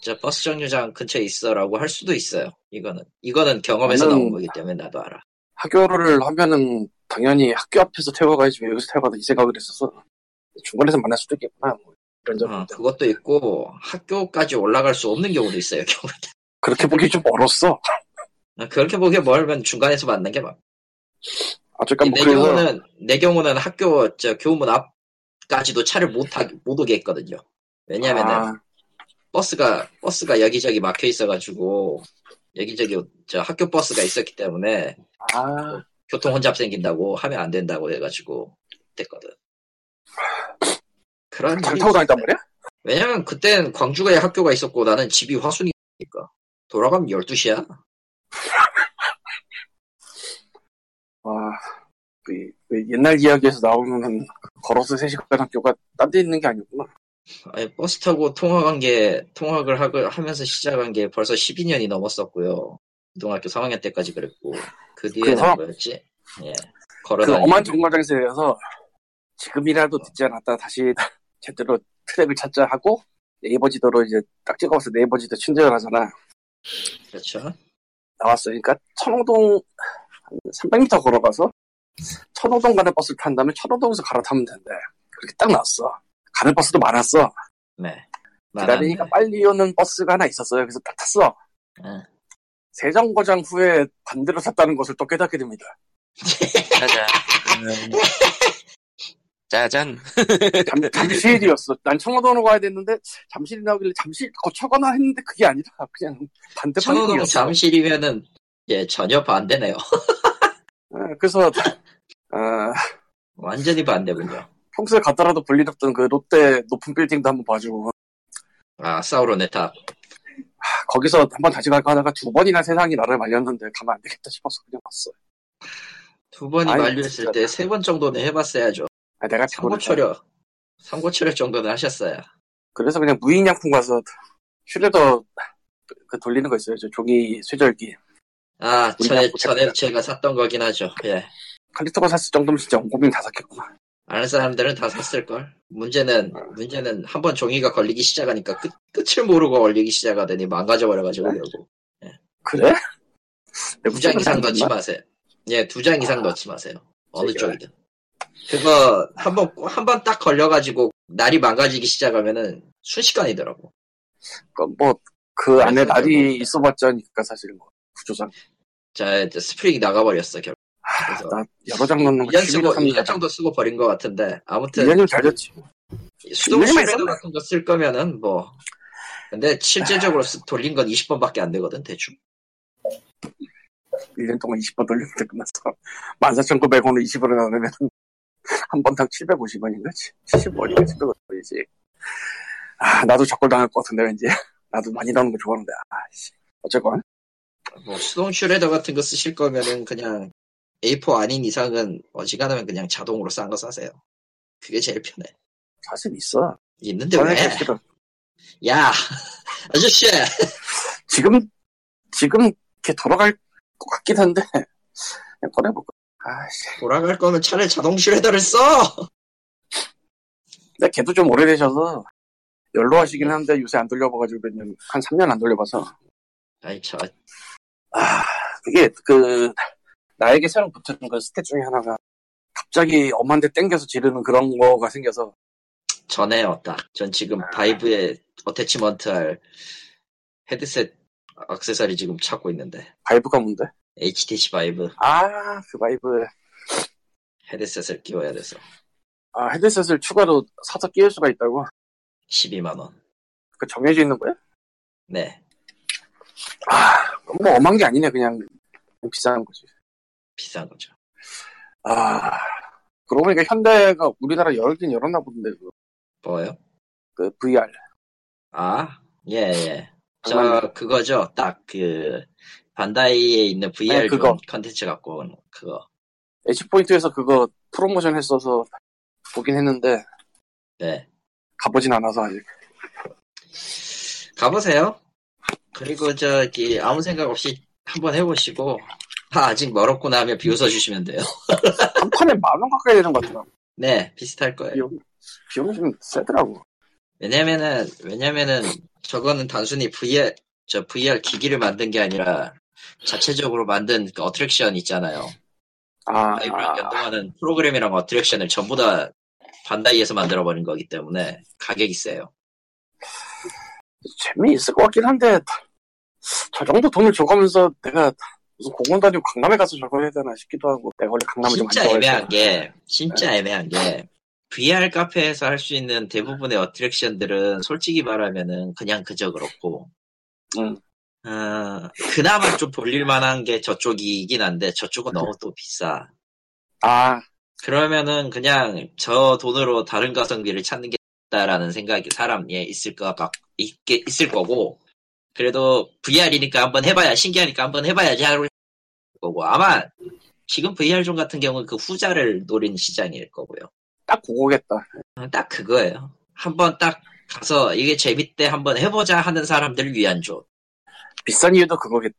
B: 저 버스 정류장 근처에 있어라고 할 수도 있어요. 이거는 이거는 경험에서
D: 나는-
B: 나온 거기 때문에 나도 알아.
D: 학교를 하면은 당연히 학교 앞에서 태워 가야지 왜 여기서 태워 가다 이 생각을 했어서 중간에서 만날 수도 있겠구나. 뭐 이런저런.
B: 어, 그것도 있고 학교까지 올라갈 수 없는 경우도 있어요. 경우에.
D: 그렇게 보기 좀 멀었어.
B: 그렇게 보기에 멀면 중간에서 만난 게 맞.
D: 아, 잠깐 뭐
B: 내
D: 그래서
B: 경우는 내 경우는 학교 저 교문 앞까지도 차를 못 타, 못 오게 했거든요. 왜냐면은
D: 아,
B: 버스가 버스가 여기저기 막혀 있어가지고 여기저기 저 학교 버스가 있었기 때문에
D: 아,
B: 교통 혼잡 생긴다고 하면 안 된다고 해가지고 됐거든. 그런
D: 잘
B: 일이
D: 타고 다녔단 말이야?
B: 왜냐면 그땐 광주가에 학교가 있었고 나는 집이 화순이니까 돌아가면 12시야.
D: 와, 그, 그 옛날 이야기에서 나오는 걸어서 3시간 학교가 딴 데 있는 게 아니구나. 그
B: 아니, 버스 타고 통학한 게 통학을 하, 하면서 시작한 게 벌써 12년이 넘었었고요. 고등학교 3학년 때까지 그랬고 그 뒤에는
D: 그래서-
B: 뭐였지? 예.
D: 그
B: 걸어다니는
D: 엄한 정거장에서 내려서 지금이라도 듣지 않았다 다시 제대로 트랙을 찾자 하고 네이버 지도로 이제 딱 찍어서 네이버 지도 친절을 하잖아.
B: 그렇죠.
D: 나왔어. 그러니까 천호동 한 300m 걸어가서 천호동 가는 버스를 탄 다음에 천호동에서 갈아타면 된대. 그렇게 딱 나왔어. 가는 버스도 많았어.
B: 네.
D: 기다리니까
B: 많았네.
D: 빨리 오는 버스가 하나 있었어요. 그래서 딱 탔어.
B: 응.
D: 세정거장 후에 반대로 탔다는 것을 또 깨닫게 됩니다.
A: 짜잔.
B: 네.
A: 짜잔.
D: 잠, 잠실이었어. 난 청호동으로 가야 됐는데 잠실이 나오길래 잠실 어, 거쳐거나 했는데 그게 아니라 그냥 반대
B: 천호동
D: 방향이었어.
B: 잠실이면은 예 전혀 반대네요.
D: 어, 그래서 어,
B: 완전히 반대군요.
D: 평소에 갔더라도 볼일 없던 그 롯데 높은 빌딩도 한번 봐주고
B: 아 사우론의 탑.
D: 아, 거기서 한번 다시 갈까 하다가 두 번이나 세상이 나를 말렸는데 가면 안 되겠다 싶어서 그냥 갔어.
B: 두 번이
D: 아이,
B: 만료했을
D: 진짜.
B: 때 세 번 정도는 해봤어야죠.
D: 아, 내가
B: 상고
D: 피곤해.
B: 처력, 상고 처력 정도는 하셨어요.
D: 그래서 그냥 무인양품 가서 슈레더 그 돌리는 거 있어요. 저 종이 쇠절기.
B: 아
D: 우리
B: 전에
D: 양고
B: 전에
D: 착각.
B: 제가 샀던 거긴 하죠. 예.
D: 칼리토가 샀을 정도면 진짜 온 고민 다 샀겠구나.
B: 아는 사람들은 다 샀을 걸. 문제는 문제는 한 번 종이가 걸리기 시작하니까 끝 끝을 모르고 걸리기 시작하더니 망가져버려가지고 결국
D: 그래? 내
B: 두 장 이상
D: 아.
B: 넣지 마세요. 예, 두 장 이상 넣지 마세요. 어느 쪽이든. 그거 한번한번 딱 걸려가지고 날이 망가지기 시작하면은 순식간이더라고.
D: 뭐그 안에
B: 그래서
D: 날이
B: 결국-
D: 있어봤자니까 사실 뭐 구조상
B: 자, 이제 스프링이 나가버렸어 결국.
D: 하,
B: 그래서
D: 나 여러 장 넣는 거
B: 2년 쓰고
D: 취미로
B: 2년
D: 삼
B: 정도 쓰고 버린 것 같은데 아무튼
D: 2년이면 잘 됐지
B: 수동
D: 일년만
B: 슈레더
D: 있었네.
B: 같은 거 쓸 거면은 뭐. 근데 실제적으로 쓰- 돌린 건 20번밖에 안 되거든 대충.
D: 1년 동안 20번 돌리는데 끝났어 14,900원을 20원에 나누면 한 번당 750원인가 70원인가 700원이지 아 나도 적골 당할 것 같은데 왠지 나도 많이 나오는 거 좋아하는데 아씨 어쨌건
B: 뭐 수동 슈레더 같은 거 쓰실 거면은 그냥 A4 아닌 이상은 어지간하면 그냥 자동으로 싼 거 사세요. 그게 제일 편해.
D: 사실 있어
B: 있는데
D: 전에
B: 왜?
D: 캡슐은
B: 야 아저씨
D: 지금 지금 이렇게 돌아갈 것 같긴 한데 그냥 꺼내볼까 아씨
B: 돌아갈 거면 차라리 자동 슈레더를 써.
D: 근데 걔도 좀 오래되셔서 연로하시긴 한데 요새 안 돌려봐가지고 몇 년, 한 3년 안 돌려봐서
B: 아이 저
D: 아 그게 그 나에게 새로 붙은 그 스탯 중에 하나가 갑자기 엄한데 땡겨서 지르는 그런 거가 생겨서
B: 전에 어다. 전 지금
D: 아.
B: 바이브에 어태치먼트 할 헤드셋 액세서리 지금 찾고 있는데
D: 바이브가 뭔데?
B: HTC 바이브
D: 아 그 바이브
B: 헤드셋을 끼워야 돼서
D: 아 헤드셋을 추가로 사서 끼울 수가 있다고?
B: 12만 원.
D: 그 정해져 있는 거야?
B: 네
D: 그건 뭐 엄한 게 아니네 그냥 비싼 거지
B: 비싼 거죠.
D: 아 그러고 보니까 현대가 우리나라 열긴 열었나 보던데 그거.
B: 뭐요?
D: 그 VR
B: 아, 예, 예. 저,
D: 장난-
B: 그거죠. 딱, 그, 반다이에 있는 VR
D: 네, 그거.
B: 컨텐츠 갖고 온 그거.
D: 애쉬포인트에서 그거 프로모션 했어서 보긴 했는데
B: 네.
D: 가보진 않아서 아직
B: 가보세요. 그리고 저기, 아무 생각 없이 한번 해보시고, 아, 아직 멀었구나 하면 비웃어주시면 돼요.
D: 한 판에 만 원 가까이 되는 것 같더라고
B: 네, 비슷할 거예요.
D: 비용 비용이 좀 세더라고
B: 왜냐면은, 왜냐면은, 저거는 단순히 VR, 저 VR 기기를 만든 게 아니라, 자체적으로 만든 그 어트랙션 있잖아요.
D: 아,
B: 바이브랑 연동하는 프로그램이랑 어트랙션을 전부 다 반다이에서 만들어버린 거기 때문에 가격이 세요.
D: 재미있을 것 같긴 한데 저 정도 돈을 줘가면서 내가 무슨 공원 다니고 강남에 가서 저걸 해야 되나 싶기도 하고 네. 내가 원래 강남을 좀 안
B: 진짜
D: 좋아해서
B: 애매한 게 진짜 애매한 게 VR 카페에서 할 수 있는 대부분의 어트랙션들은 솔직히 말하면은 그냥 그저 그렇고
D: 응.
B: 어, 그나마 좀 돌릴만한 게 저쪽이긴 한데 저쪽은
D: 네.
B: 너무 또 비싸
D: 아
B: 그러면은 그냥 저 돈으로 다른 가성비를 찾는 게 낫다라는 생각이 사람에 있을 거 막, 있게, 있을 거고, 그래도 VR이니까 한번 해봐야, 신기하니까 한번 해봐야지 할 거고, 아마 지금 VR존 같은 경우는 그 후자를 노린 시장일 거고요.
D: 딱 그거겠다
B: 어, 딱 그거예요. 한번 딱 가서 이게 재밌대 한번 해보자 하는 사람들을 위한 존.
D: 비싼 이유도 그거겠다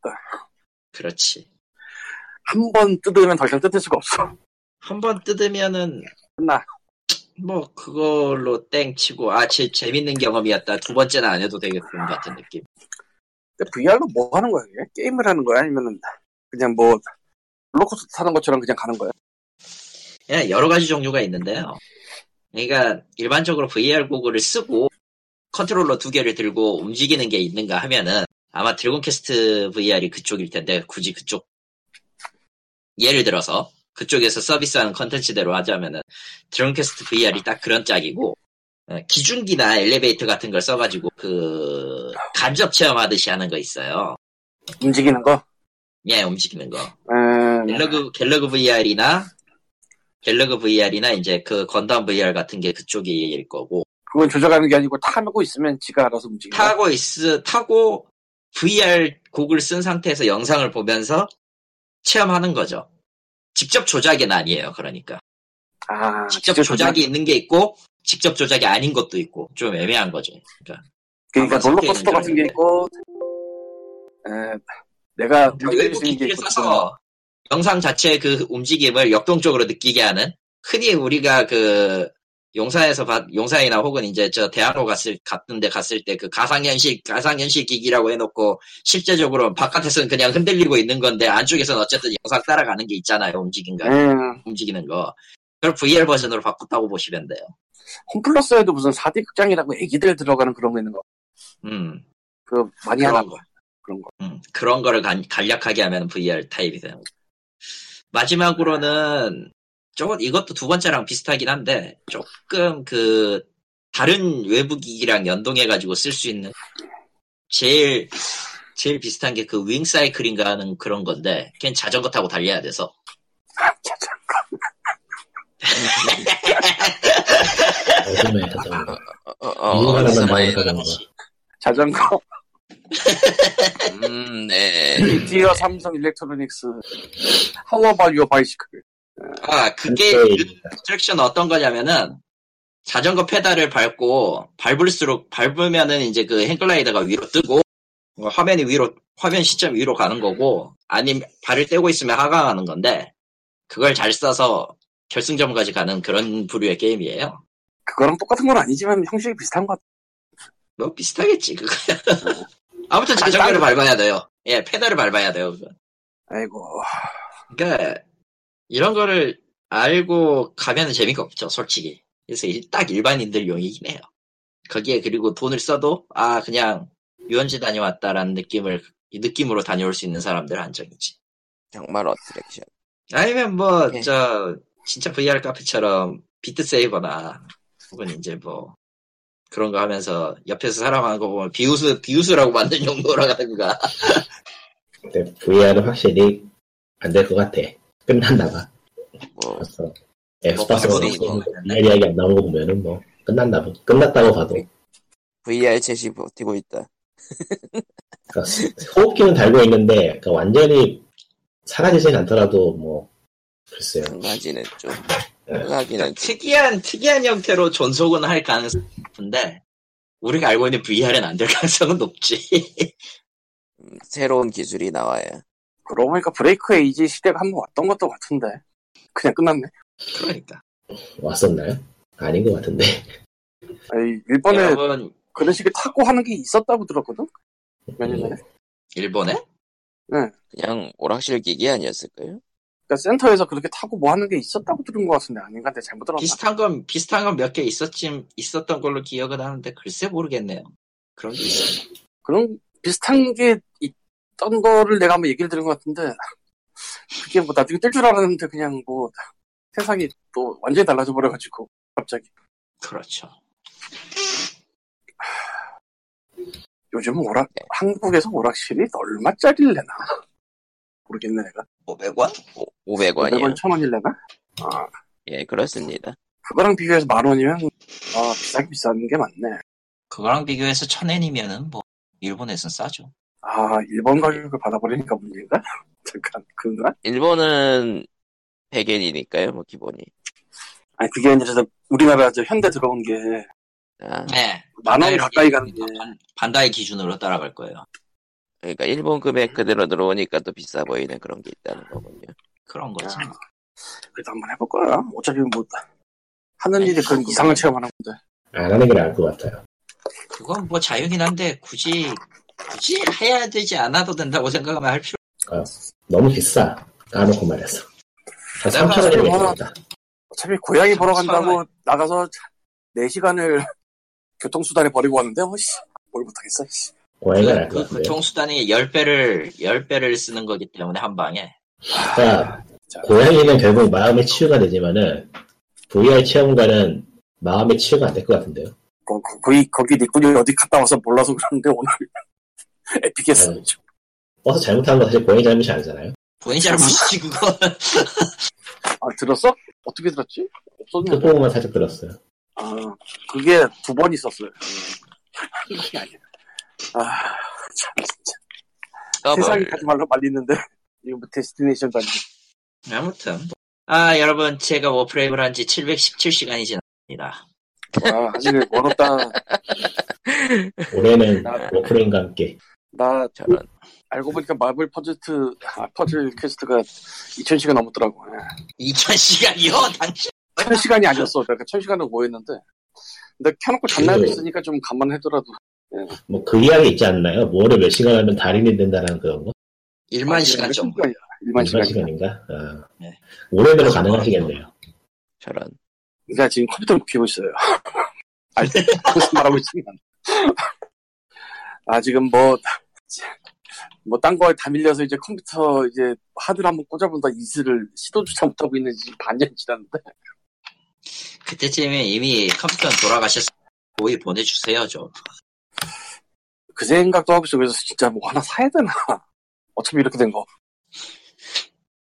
B: 그렇지.
D: 한 번 뜯으면 더 이상 뜯을 수가 없어
B: 한번 뜯으면은
D: 끝나
B: 뭐 그걸로 땡 치고 아 제, 재밌는 경험이었다 두 번째는 안 해도 되겠군 같은 느낌
D: 근데 VR로 뭐 하는 거야 그게? 게임을 하는 거야 아니면은 그냥 뭐 롤러코스터 타는 것처럼 그냥 가는 거야
B: 예, 여러 가지 종류가 있는데요. 그러니까 일반적으로 VR 고글을 쓰고 컨트롤러 두 개를 들고 움직이는 게 있는가 하면은 아마 드래곤 퀘스트 VR이 그쪽일 텐데 굳이 그쪽 예를 들어서 그쪽에서 서비스하는 컨텐츠대로 하자면은 드래곤 퀘스트 VR이 딱 그런 짝이고 어, 기준기나 엘리베이터 같은 걸 써가지고 그 간접 체험하듯이 하는 거 있어요.
D: 움직이는 거
B: 예, 움직이는 거.
D: 음,
B: 네, 갤러그, 갤러그 VR이나, 갤러그 VR이나 이제 그 건담 VR 같은 게 그쪽일 거고,
D: 그건 조작하는 게 아니고 타고 있으면 지가 알아서 움직여
B: 타고 있, 타고 VR 곡을 쓴 상태에서 영상을 보면서 체험하는 거죠. 직접 조작은 아니에요, 그러니까.
D: 아,
B: 직접 조작이 있는 게 있고, 직접 조작이 아닌 것도 있고, 좀 애매한 거죠. 그러니까.
D: 그러니까
B: 아마
D: 롤러코스터
B: 섞여
D: 같은 게
B: 있는
D: 있고 에, 내가 움직일
B: 결국
D: 수 있는 게
B: 아, 기기를
D: 있고
B: 써서 영상 자체의 그 움직임을 역동적으로 느끼게 하는 흔히 우리가 그 용산에서 봤, 용산이나 혹은 이제 저 대학로 갔을 갔는데 갔을 때 그 가상현실 가상현실 기기라고 해놓고 실제적으로 바깥에서는 그냥 흔들리고 있는 건데 안쪽에서는 어쨌든 영상 따라가는 게 있잖아요 움직인 거
D: 음,
B: 움직이는 거 그걸 VR 버전으로 바꿨다고 보시면 돼요.
D: 홈플러스에도 무슨 4D 극장이라고 애기들 들어가는 그런 거 있는 거.
B: 음
D: 그 많이
B: 그런
D: 하나
B: 거.
D: 그런 거.
B: 음, 그런 거를 간, 간략하게 하면 VR 타입이 되는 거. 마지막으로는 저것 이것도 두 번째랑 비슷하긴 한데 조금 그 다른 외부 기기랑 연동해 가지고 쓸 수 있는 제일 제일 비슷한 게 그 윙사이클인가 하는 그런 건데 걘 자전거 타고 달려야 돼서
D: 자전거.
C: 어둠에 가져온 거.
A: 어, 어,
C: 이거
A: 어,
C: 하나만
A: 사나이.
C: 나오는 가져온 거.
D: 자전거.
A: 음, 네.
D: 디어 삼성 일렉트로닉스. How about your bicycle?
B: 아 그게 그
C: 한때
B: 트랙션 어떤 거냐면은 자전거 페달을 밟고 밟을수록 밟으면은 이제 그 행글라이더가 위로 뜨고 어, 화면이 위로 화면 시점 위로 가는 거고 아니면 발을 떼고 있으면 하강하는 건데 그걸 잘 써서 결승점까지 가는 그런 부류의 게임이에요.
D: 그거랑 똑같은 건 아니지만 형식이 비슷한 것 같아.
B: 뭐 비슷하겠지 그거. 아무튼 자전거를 밟아야 돼요. 예, 페달을 밟아야 돼요. 그거.
D: 아이고.
B: 그러니까 이런 거를 알고 가면 재미가 없죠, 솔직히. 그래서 일- 딱 일반인들 용이긴 해요. 거기에 그리고 돈을 써도 아 그냥 유원지 다녀왔다라는 느낌을 이 느낌으로 다녀올 수 있는 사람들 한정이지.
A: 정말 어트랙션.
B: 아니면 뭐
A: 네.
B: 저 진짜 VR 카페처럼 비트 세이버나 혹은 이제 뭐 그런 거 하면서 옆에서 사람하는 거 보면 비웃으 비웃으라고 만든 용도라든가
C: VR은 확실히 안 될 것 같아. 끝났나 봐.
A: 뭐,
C: 벌써 엑스박스
A: 뭐,
C: 같은
A: 뭐,
C: 거 옛날 이야기 안 나오는 거 보면은 뭐 끝났나 봐. 끝났다고 봐도.
A: VR 채식 버티고 있다.
C: 그러니까 스- 호흡기는 달고 있는데 그러니까 완전히 사라지진 않더라도 뭐 글쎄요.
A: 흥하기는 좀. 흥하기는 좀.
B: 특이한 특이한 형태로 존속은 할 가능성이 높은데 우리가 알고 있는 VR은 안 될 가능성은 높지.
A: 음, 새로운 기술이 나와야.
D: 그러고 보니까 브레이크 에이지 시대가 한 번 왔던 것도 같은데. 그냥 끝났네.
B: 그러니까
C: 왔었나요? 아닌 것 같은데.
D: 아니, 일본에
B: 네, 여러분
D: 그런 식의 타고 하는 게 있었다고 들었거든? 몇 년 전에.
B: 일본에
A: 그냥 오락실 기기 아니었을까요?
D: 그러니까 센터에서 그렇게 타고 뭐 하는 게 있었다고 들은 것 같은데 아닌가? 내가 잘못 들었나?
B: 비슷한 건 비슷한 건 몇 개 있었지 있었던 걸로 기억은 하는데 글쎄 모르겠네요. 그런 게 있어요.
D: 그런 비슷한 게 있- 떤 거를 내가 한번 얘기를 들은 것 같은데 그게 뭐 나중에 뜰 줄 알았는데 그냥 뭐 세상이 또 완전히 달라져 버려가지고 갑자기
B: 그렇죠.
D: 요즘 오락
B: 네.
D: 한국에서 오락실이 얼마짜리를 내나 모르겠네 내가
B: 500원?
A: 500원이요.
B: 뭐
D: 500원 천 원일래나? 아
A: 예, 그렇습니다.
D: 그거랑 비교해서 만 원이면 아 비싸긴 비싼 게 맞네.
B: 그거랑 비교해서 1000엔이면은 뭐, 일본에선 싸죠.
D: 아 일본 가격을 받아버리니까 문제인가? 잠깐 그런가?
A: 일본은 100엔이니까요, 뭐 기본이.
D: 아니 그게 아니라 저 우리나라 저 현대 들어온 게
A: 아,
B: 네.
D: 만
B: 반다이
D: 원이 가까이 가는 게
B: 반- 반다이 기준으로 따라갈 거예요.
A: 그러니까 일본 금액 그대로 들어오니까 또 비싸 보이는 그런 게 있다는 거군요.
B: 그런 거지.
D: 아. 그래도 한번 해볼 거야. 어차피 뭐 하는 일이
B: 아니,
D: 그런
B: 그거-
D: 이상한 체험하는 건데.
C: 안 하는 게 나을 것 같아요.
B: 그건 뭐 자유긴 한데, 굳이, 굳이 해야 되지 않아도 된다고 생각하면 할 필요
C: 너무 비싸. 까놓고 말해서. 한
B: 내가
C: 3천 원이면
D: 하나-
C: 됩니다.
D: 어차피 고양이 보러 간다고
B: 설마.
D: 나가서 4시간을 교통수단에 버리고 왔는데, 뭐, 씨, 뭘 못하겠어, 씨.
C: 고양이가
B: 그,
C: 나을 것
B: 그
C: 같은데요.
B: 교통수단이 10배를, 10배를 쓰는 거기 때문에 한 방에.
C: 그러니까
D: 자,
C: 고양이는 결국 마음의 치유가 되지만은 VR 체험과는 마음의 치유가 안 될 것 같은데요.
D: 거, 거, 거기, 거기 니꾼이 어디 갔다 와서 몰라서 그러는데, 오늘 에픽에
C: 아유.
D: 쓰죠.
C: 버스 잘못한 건 사실 고양이 잘못이 아니잖아요.
B: 본인 잘못이지, 그건.
D: 아, 들었어? 어떻게 들었지? 없었는데.
C: 끝부분만 살짝 들었어요.
D: 아, 그게 두 번 있었어요. 음. 이게 아니야. 아, 참, 진짜. 세상이
A: 더블.
D: 가지 말라 말리는데. 이거 뭐 데스티네이션도 아니고.
B: 아무튼. 아, 여러분, 제가 워프레임을 한 지 717시간이 지났습니다.
D: 아, 아직 멀었다.
C: 올해는 뭐
D: 나- 뭐
C: 워프레임과 함께
D: 나
A: 저런.
D: 알고 보니까 마블 퍼즐트, 아, 퍼즐 퀘스트가 2000시간 넘었더라고. 예.
B: 2000시간이요? 당신?
D: 천 시간이 아니었어. 그러니까 천 시간은 오해했는데. 근데 켜놓고
B: 예.
D: 장난이
C: 그-
D: 있으니까 좀 감안하더라도.
C: 뭐 그 이야기 있지 않나요? 뭐를 몇 시간 하면 달인이 된다라는 그런 거?
B: 1만 시간 정도.
D: 1만 아, 시간.
C: 일반 시간인가? 아.
B: 네.
C: 올해대로 가능하시겠네요.
A: 저런.
D: 그러니까 지금 컴퓨터를 피고 있어요. 알, 무슨 말하고 있지만. 아, 지금 뭐, 뭐, 딴 거에 다 밀려서 이제 컴퓨터 이제 하드를 한번 꽂아본다 이슬을 시도조차 못하고 있는 지 반년 지났는데.
B: 그때쯤에 이미 컴퓨터는 돌아가셨어요. 거의 보내주세요, 좀.
D: 그 생각도 하고 있어. 그래서 진짜 뭐 하나 사야 되나. 어차피 이렇게 된 거.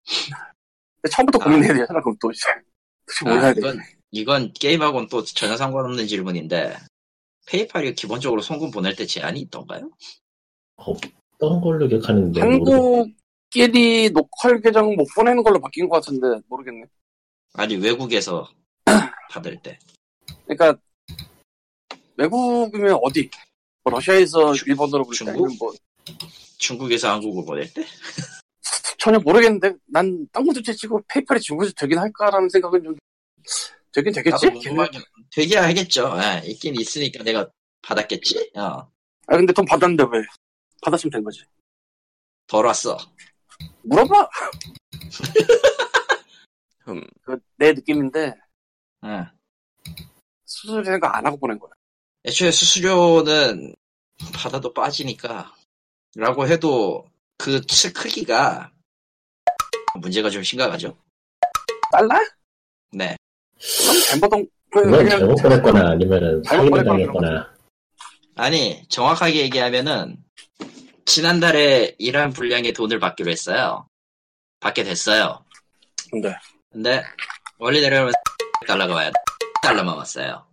D: 근데 처음부터
B: 아.
D: 고민해야 되잖아. 그럼 또 이제. 도대체 뭘
B: 아,
D: 해야 돼.
B: 이건, 이건 게임하고는 또 전혀 상관없는 질문인데, 페이팔이 기본적으로 송금 보낼 때 제한이 있던가요?
C: 어떤 걸로
B: 네,
C: 기억하는데 모르겠-
D: 한국끼리 노컬 계정 못 보내는 걸로 바뀐 것 같은데 모르겠네.
B: 아니, 외국에서 받을 때.
D: 그러니까 외국이면 어디? 뭐 러시아에서
B: 중-
D: 일본으로 보낼 때
B: 중국?
D: 아니면 뭐
B: 중국에서 한국으로 보낼 때?
D: 전혀 모르겠는데 난딴거 도체 치고 페이팔이 중국에서 되긴 할까라는 생각은 좀 되긴 되겠지? 뭐.
B: 나도 궁금하긴- 되게 알겠죠. 예, 있긴 있으니까 내가 받았겠지? 어,
D: 아 근데 돈 받았는데 왜? 받았으면 된 거지.
B: 덜 왔어.
D: 물어봐.
A: 음.
D: 그내 느낌인데
B: 예.
D: 수술 생각 안 하고 보낸 거야.
B: 애초에 수수료는 받아도 빠지니까 라고 해도 그 치- 크기가 문제가 좀 심각하죠.
D: 달라?
B: 네.
D: 잼버동
C: 그건
D: 그냥
C: 잘못 보냈거나 아니면은
D: 잘못
C: 사기를
D: 보냈거나
C: 당했거나
B: 아니 정확하게 얘기하면은 지난달에 일한 분량의 돈을 받기로 했어요. 받게 됐어요.
D: 근데
B: 근데 원래 내려면 달러가 와야 달러만 왔어요.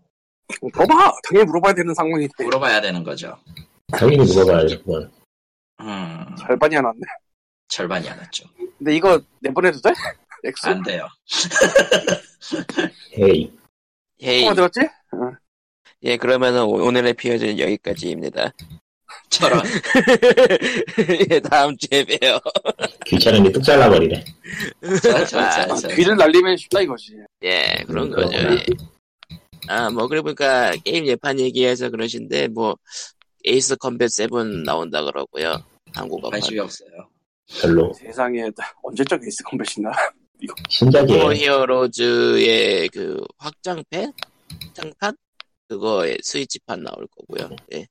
D: 물어봐. 당연히 물어봐야 되는 상황인데
B: 물어봐야 되는 거죠.
C: 당연히 물어봐야죠. 그건.
B: 음
D: 절반이 안 왔네.
B: 절반이 안 왔죠.
D: 근데 이거 내보내도 돼? 엑소?
B: 안 돼요.
C: 헤이
A: 헤이.
D: 통화 어, 들었지? 아,
A: 예, 그러면은 오- 오늘의 피어즈는 여기까지입니다.
B: 저런
A: 예, 다음 주에 봬요.
C: 귀찮은 게뚝 잘라버리네.
B: 저, 저, 저,
D: 아,
B: 저.
D: 귀를 날리면 쉽다 이거지.
A: 예, 그런
C: 음,
A: 거죠.
C: 그렇구나.
A: 예. 아, 뭐, 그러니까, 게임 예판 얘기해서 그러신데, 뭐, 에이스 컴뱃 세븐 나온다 그러고요. 한국어판.
B: 관심이 없어요.
C: 별로
D: 세상에 언제적 에이스 컴뱃이나
A: 어
C: 신작이에요.
A: 히어로즈의 그 확장팩? 확장판? 예. 그거에 스위치판 나올 거고요. 예.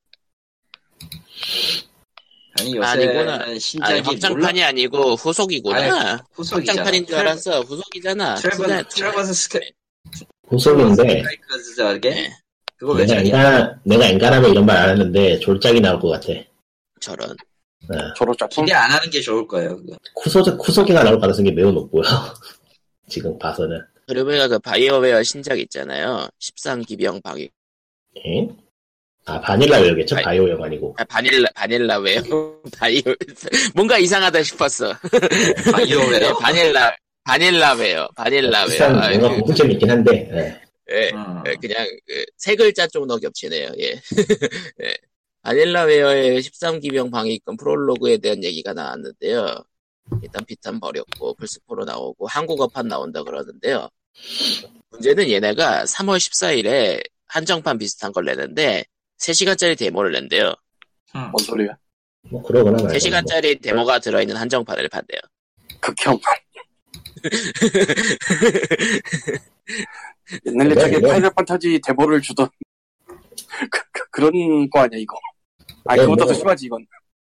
B: 아니
A: 아니구나.
B: 요새는
A: 아니,
B: 신작이
A: 확장판이 아니고 후속이구나.
B: 후속이잖아.
A: 확장판인 줄 알았어. 후속이잖아.
B: 트래버
A: 투나-
B: 트래버스 스카
A: 아, 그러니까
C: 고속인데
B: 스카이크즈 저게
A: 네.
B: 그거 왜
C: 내가
B: 자냐?
C: 인간 내가 인간하면 이런 말 안 하는데 졸작이 나올 것 같아.
A: 저런.
C: 어.
D: 저로 쫙
B: 기대 안 하는 게 좋을 거예요. 그거.
C: 쿠소 쿠소기가 나올 가능성이 매우 높고요. 지금 봐서는.
A: 그러면 그 바이오웨어 신작 있잖아요. 13기병 방위.
C: 예? 아 바닐라 외우겠죠?
A: 아이.
C: 바이오 영화이고
A: 아, 바닐라, 바닐라웨어. 바이오, 뭔가 이상하다 싶었어.
B: 아,
A: 네,
B: 바이오웨어.
A: 바닐라, 바닐라웨어. 바닐라웨어.
C: 비싼
A: 아,
C: 뭔가
A: 그,
C: 공통점이 있긴 한데 예.
A: 예.
B: 음.
A: 예, 그냥 예, 세 글자 좀 더 겹치네요. 예. 예. 바닐라웨어의 13기병 방위권 프롤로그에 대한 얘기가 나왔는데요. 일단 비탄 버렸고 플스포로 나오고 한국어판 나온다 그러는데요. 문제는 얘네가 3월 14일에 한정판 비슷한 걸 내는데 3시간짜리 데모를 낸대요.
B: 음.
D: 뭔 소리야?
C: 뭐 그러거나 말거나
A: 3시간짜리 데모가 들어있는 한정판을 판대요.
D: 극혐판. 옛날
C: 네,
D: 옛적에
C: 네.
D: 파이널 판타지 대보를 주던 그, 그, 그런 거 아니야 이거? 아
C: 네,
D: 그보다
C: 뭐.
D: 더 심하지 이건.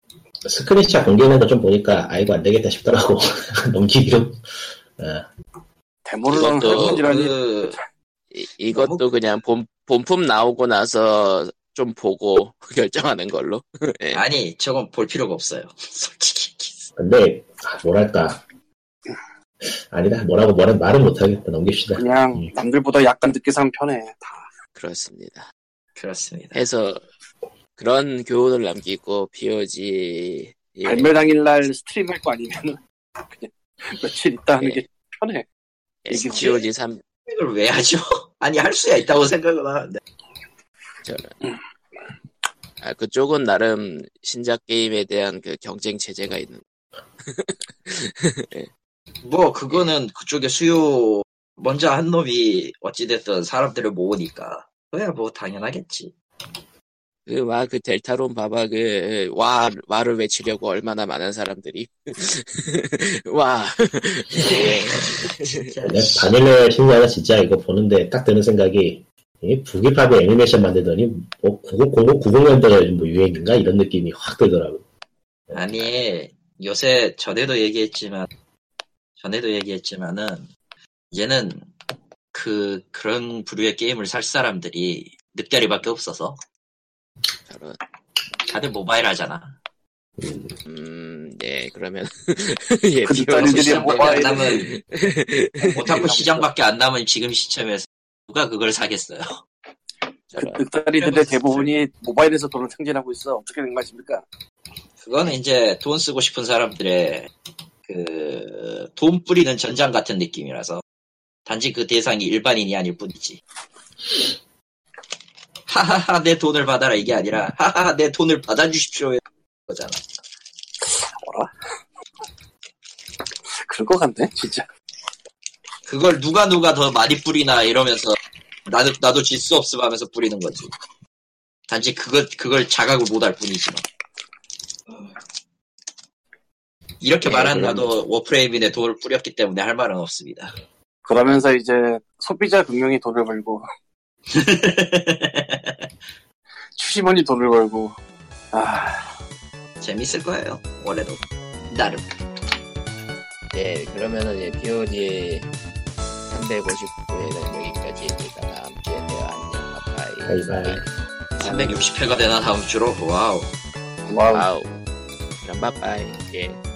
C: 뭐 스크래치가 공개하는 거 좀 보니까 아 이거 안 되겠다 싶더라고 넘기기로. 어,
D: 대모를 하는
A: 이것도
D: 할머니라니.
B: 그
A: 이- 이것도 그냥 본, 본품 나오고 나서 좀 보고 결정하는 걸로. 네.
B: 아니 저건 볼 필요가 없어요. 솔직히.
C: 근데 아, 뭐랄까 아니다 뭐라고 뭐라 말은 못하겠다 넘깁시다.
D: 그냥
C: 음.
D: 남들보다 약간 늦게 사면 편해. 다
A: 그렇습니다.
B: 그렇습니다.
A: 해서 그런 교훈을 남기고 POG 예,
D: 발매 당일날 스트림 할 거 아니면은 그냥 며칠 있다 하는
A: 예.
D: 게 편해.
A: 예,
D: 이게
A: POG 3
B: 이걸 왜 하죠? 아니 할 수야 있다고 생각을 하는데.
D: 음.
A: 아, 그쪽은 나름 신작 게임에 대한 그 경쟁 체제가 있는
B: 뭐 그거는
A: 네.
B: 그쪽에 수요 먼저 한 놈이 어찌됐든 사람들을 모으니까 그야 뭐 당연하겠지.
A: 그 와 그 델타론 봐봐 그와 와를 외치려고 얼마나 많은 사람들이 와 예.
B: 진짜.
C: 근데 바닐라의 신기하다 진짜 이거 보는데 딱 드는 생각이 이 북일팝의 애니메이션 만들더니 뭐 90, 90년대 뭐 유행인가 이런 느낌이 확 들더라고.
B: 아니 요새 전에도 얘기했지만 전에도 얘기했지만은 얘는 그 그런 부류의 게임을 살 사람들이 늑다리밖에 없어서
A: 저런
B: 다들 모바일 하잖아.
A: 음예 그러면 예
D: 그
A: POG
D: 뒷다리들이
A: 시장
D: 모바일-
A: 때문에
B: 남은 오타쿠 시장밖에 안 남은 지금 시점에서 누가 그걸 사겠어요?
D: 그
A: 저런.
D: 늑다리들의 대부분이 모바일에서 돈을 승진하고 있어. 어떻게 된 것입니까?
B: 그거는 이제 돈 쓰고 싶은 사람들의 그 돈 뿌리는 전장 같은 느낌이라서 단지 그 대상이 일반인이 아닐 뿐이지. 하하하 내 돈을 받아라 이게 아니라 하하하 내 돈을 받아주십시오 거잖아.
D: 그럴 것 같네 진짜.
B: 그걸 누가 누가 더 많이 뿌리나 이러면서 나도 나도 질 수 없음 하면서 뿌리는 거지. 단지 그것 그걸 자각을 못할 뿐이지만. 이렇게
A: 네,
B: 말한
A: 그럼-
B: 나도 워프레임인의 돈을 뿌렸기 때문에 할 말은 없습니다.
D: 그러면서 이제 소비자 금융이 돈을 벌고 추심원이 돈을 벌고 아
B: 재밌을 거예요. 올해도 나름.
A: 예 그러면은 예 POG 359회는 여기까지입니다 함께 대화 안녕 바이바이
C: 바이바이.
B: 360회가 되나 다음 주로 와우.
A: 아,
D: 와우
A: 와우 그럼 바이바이 예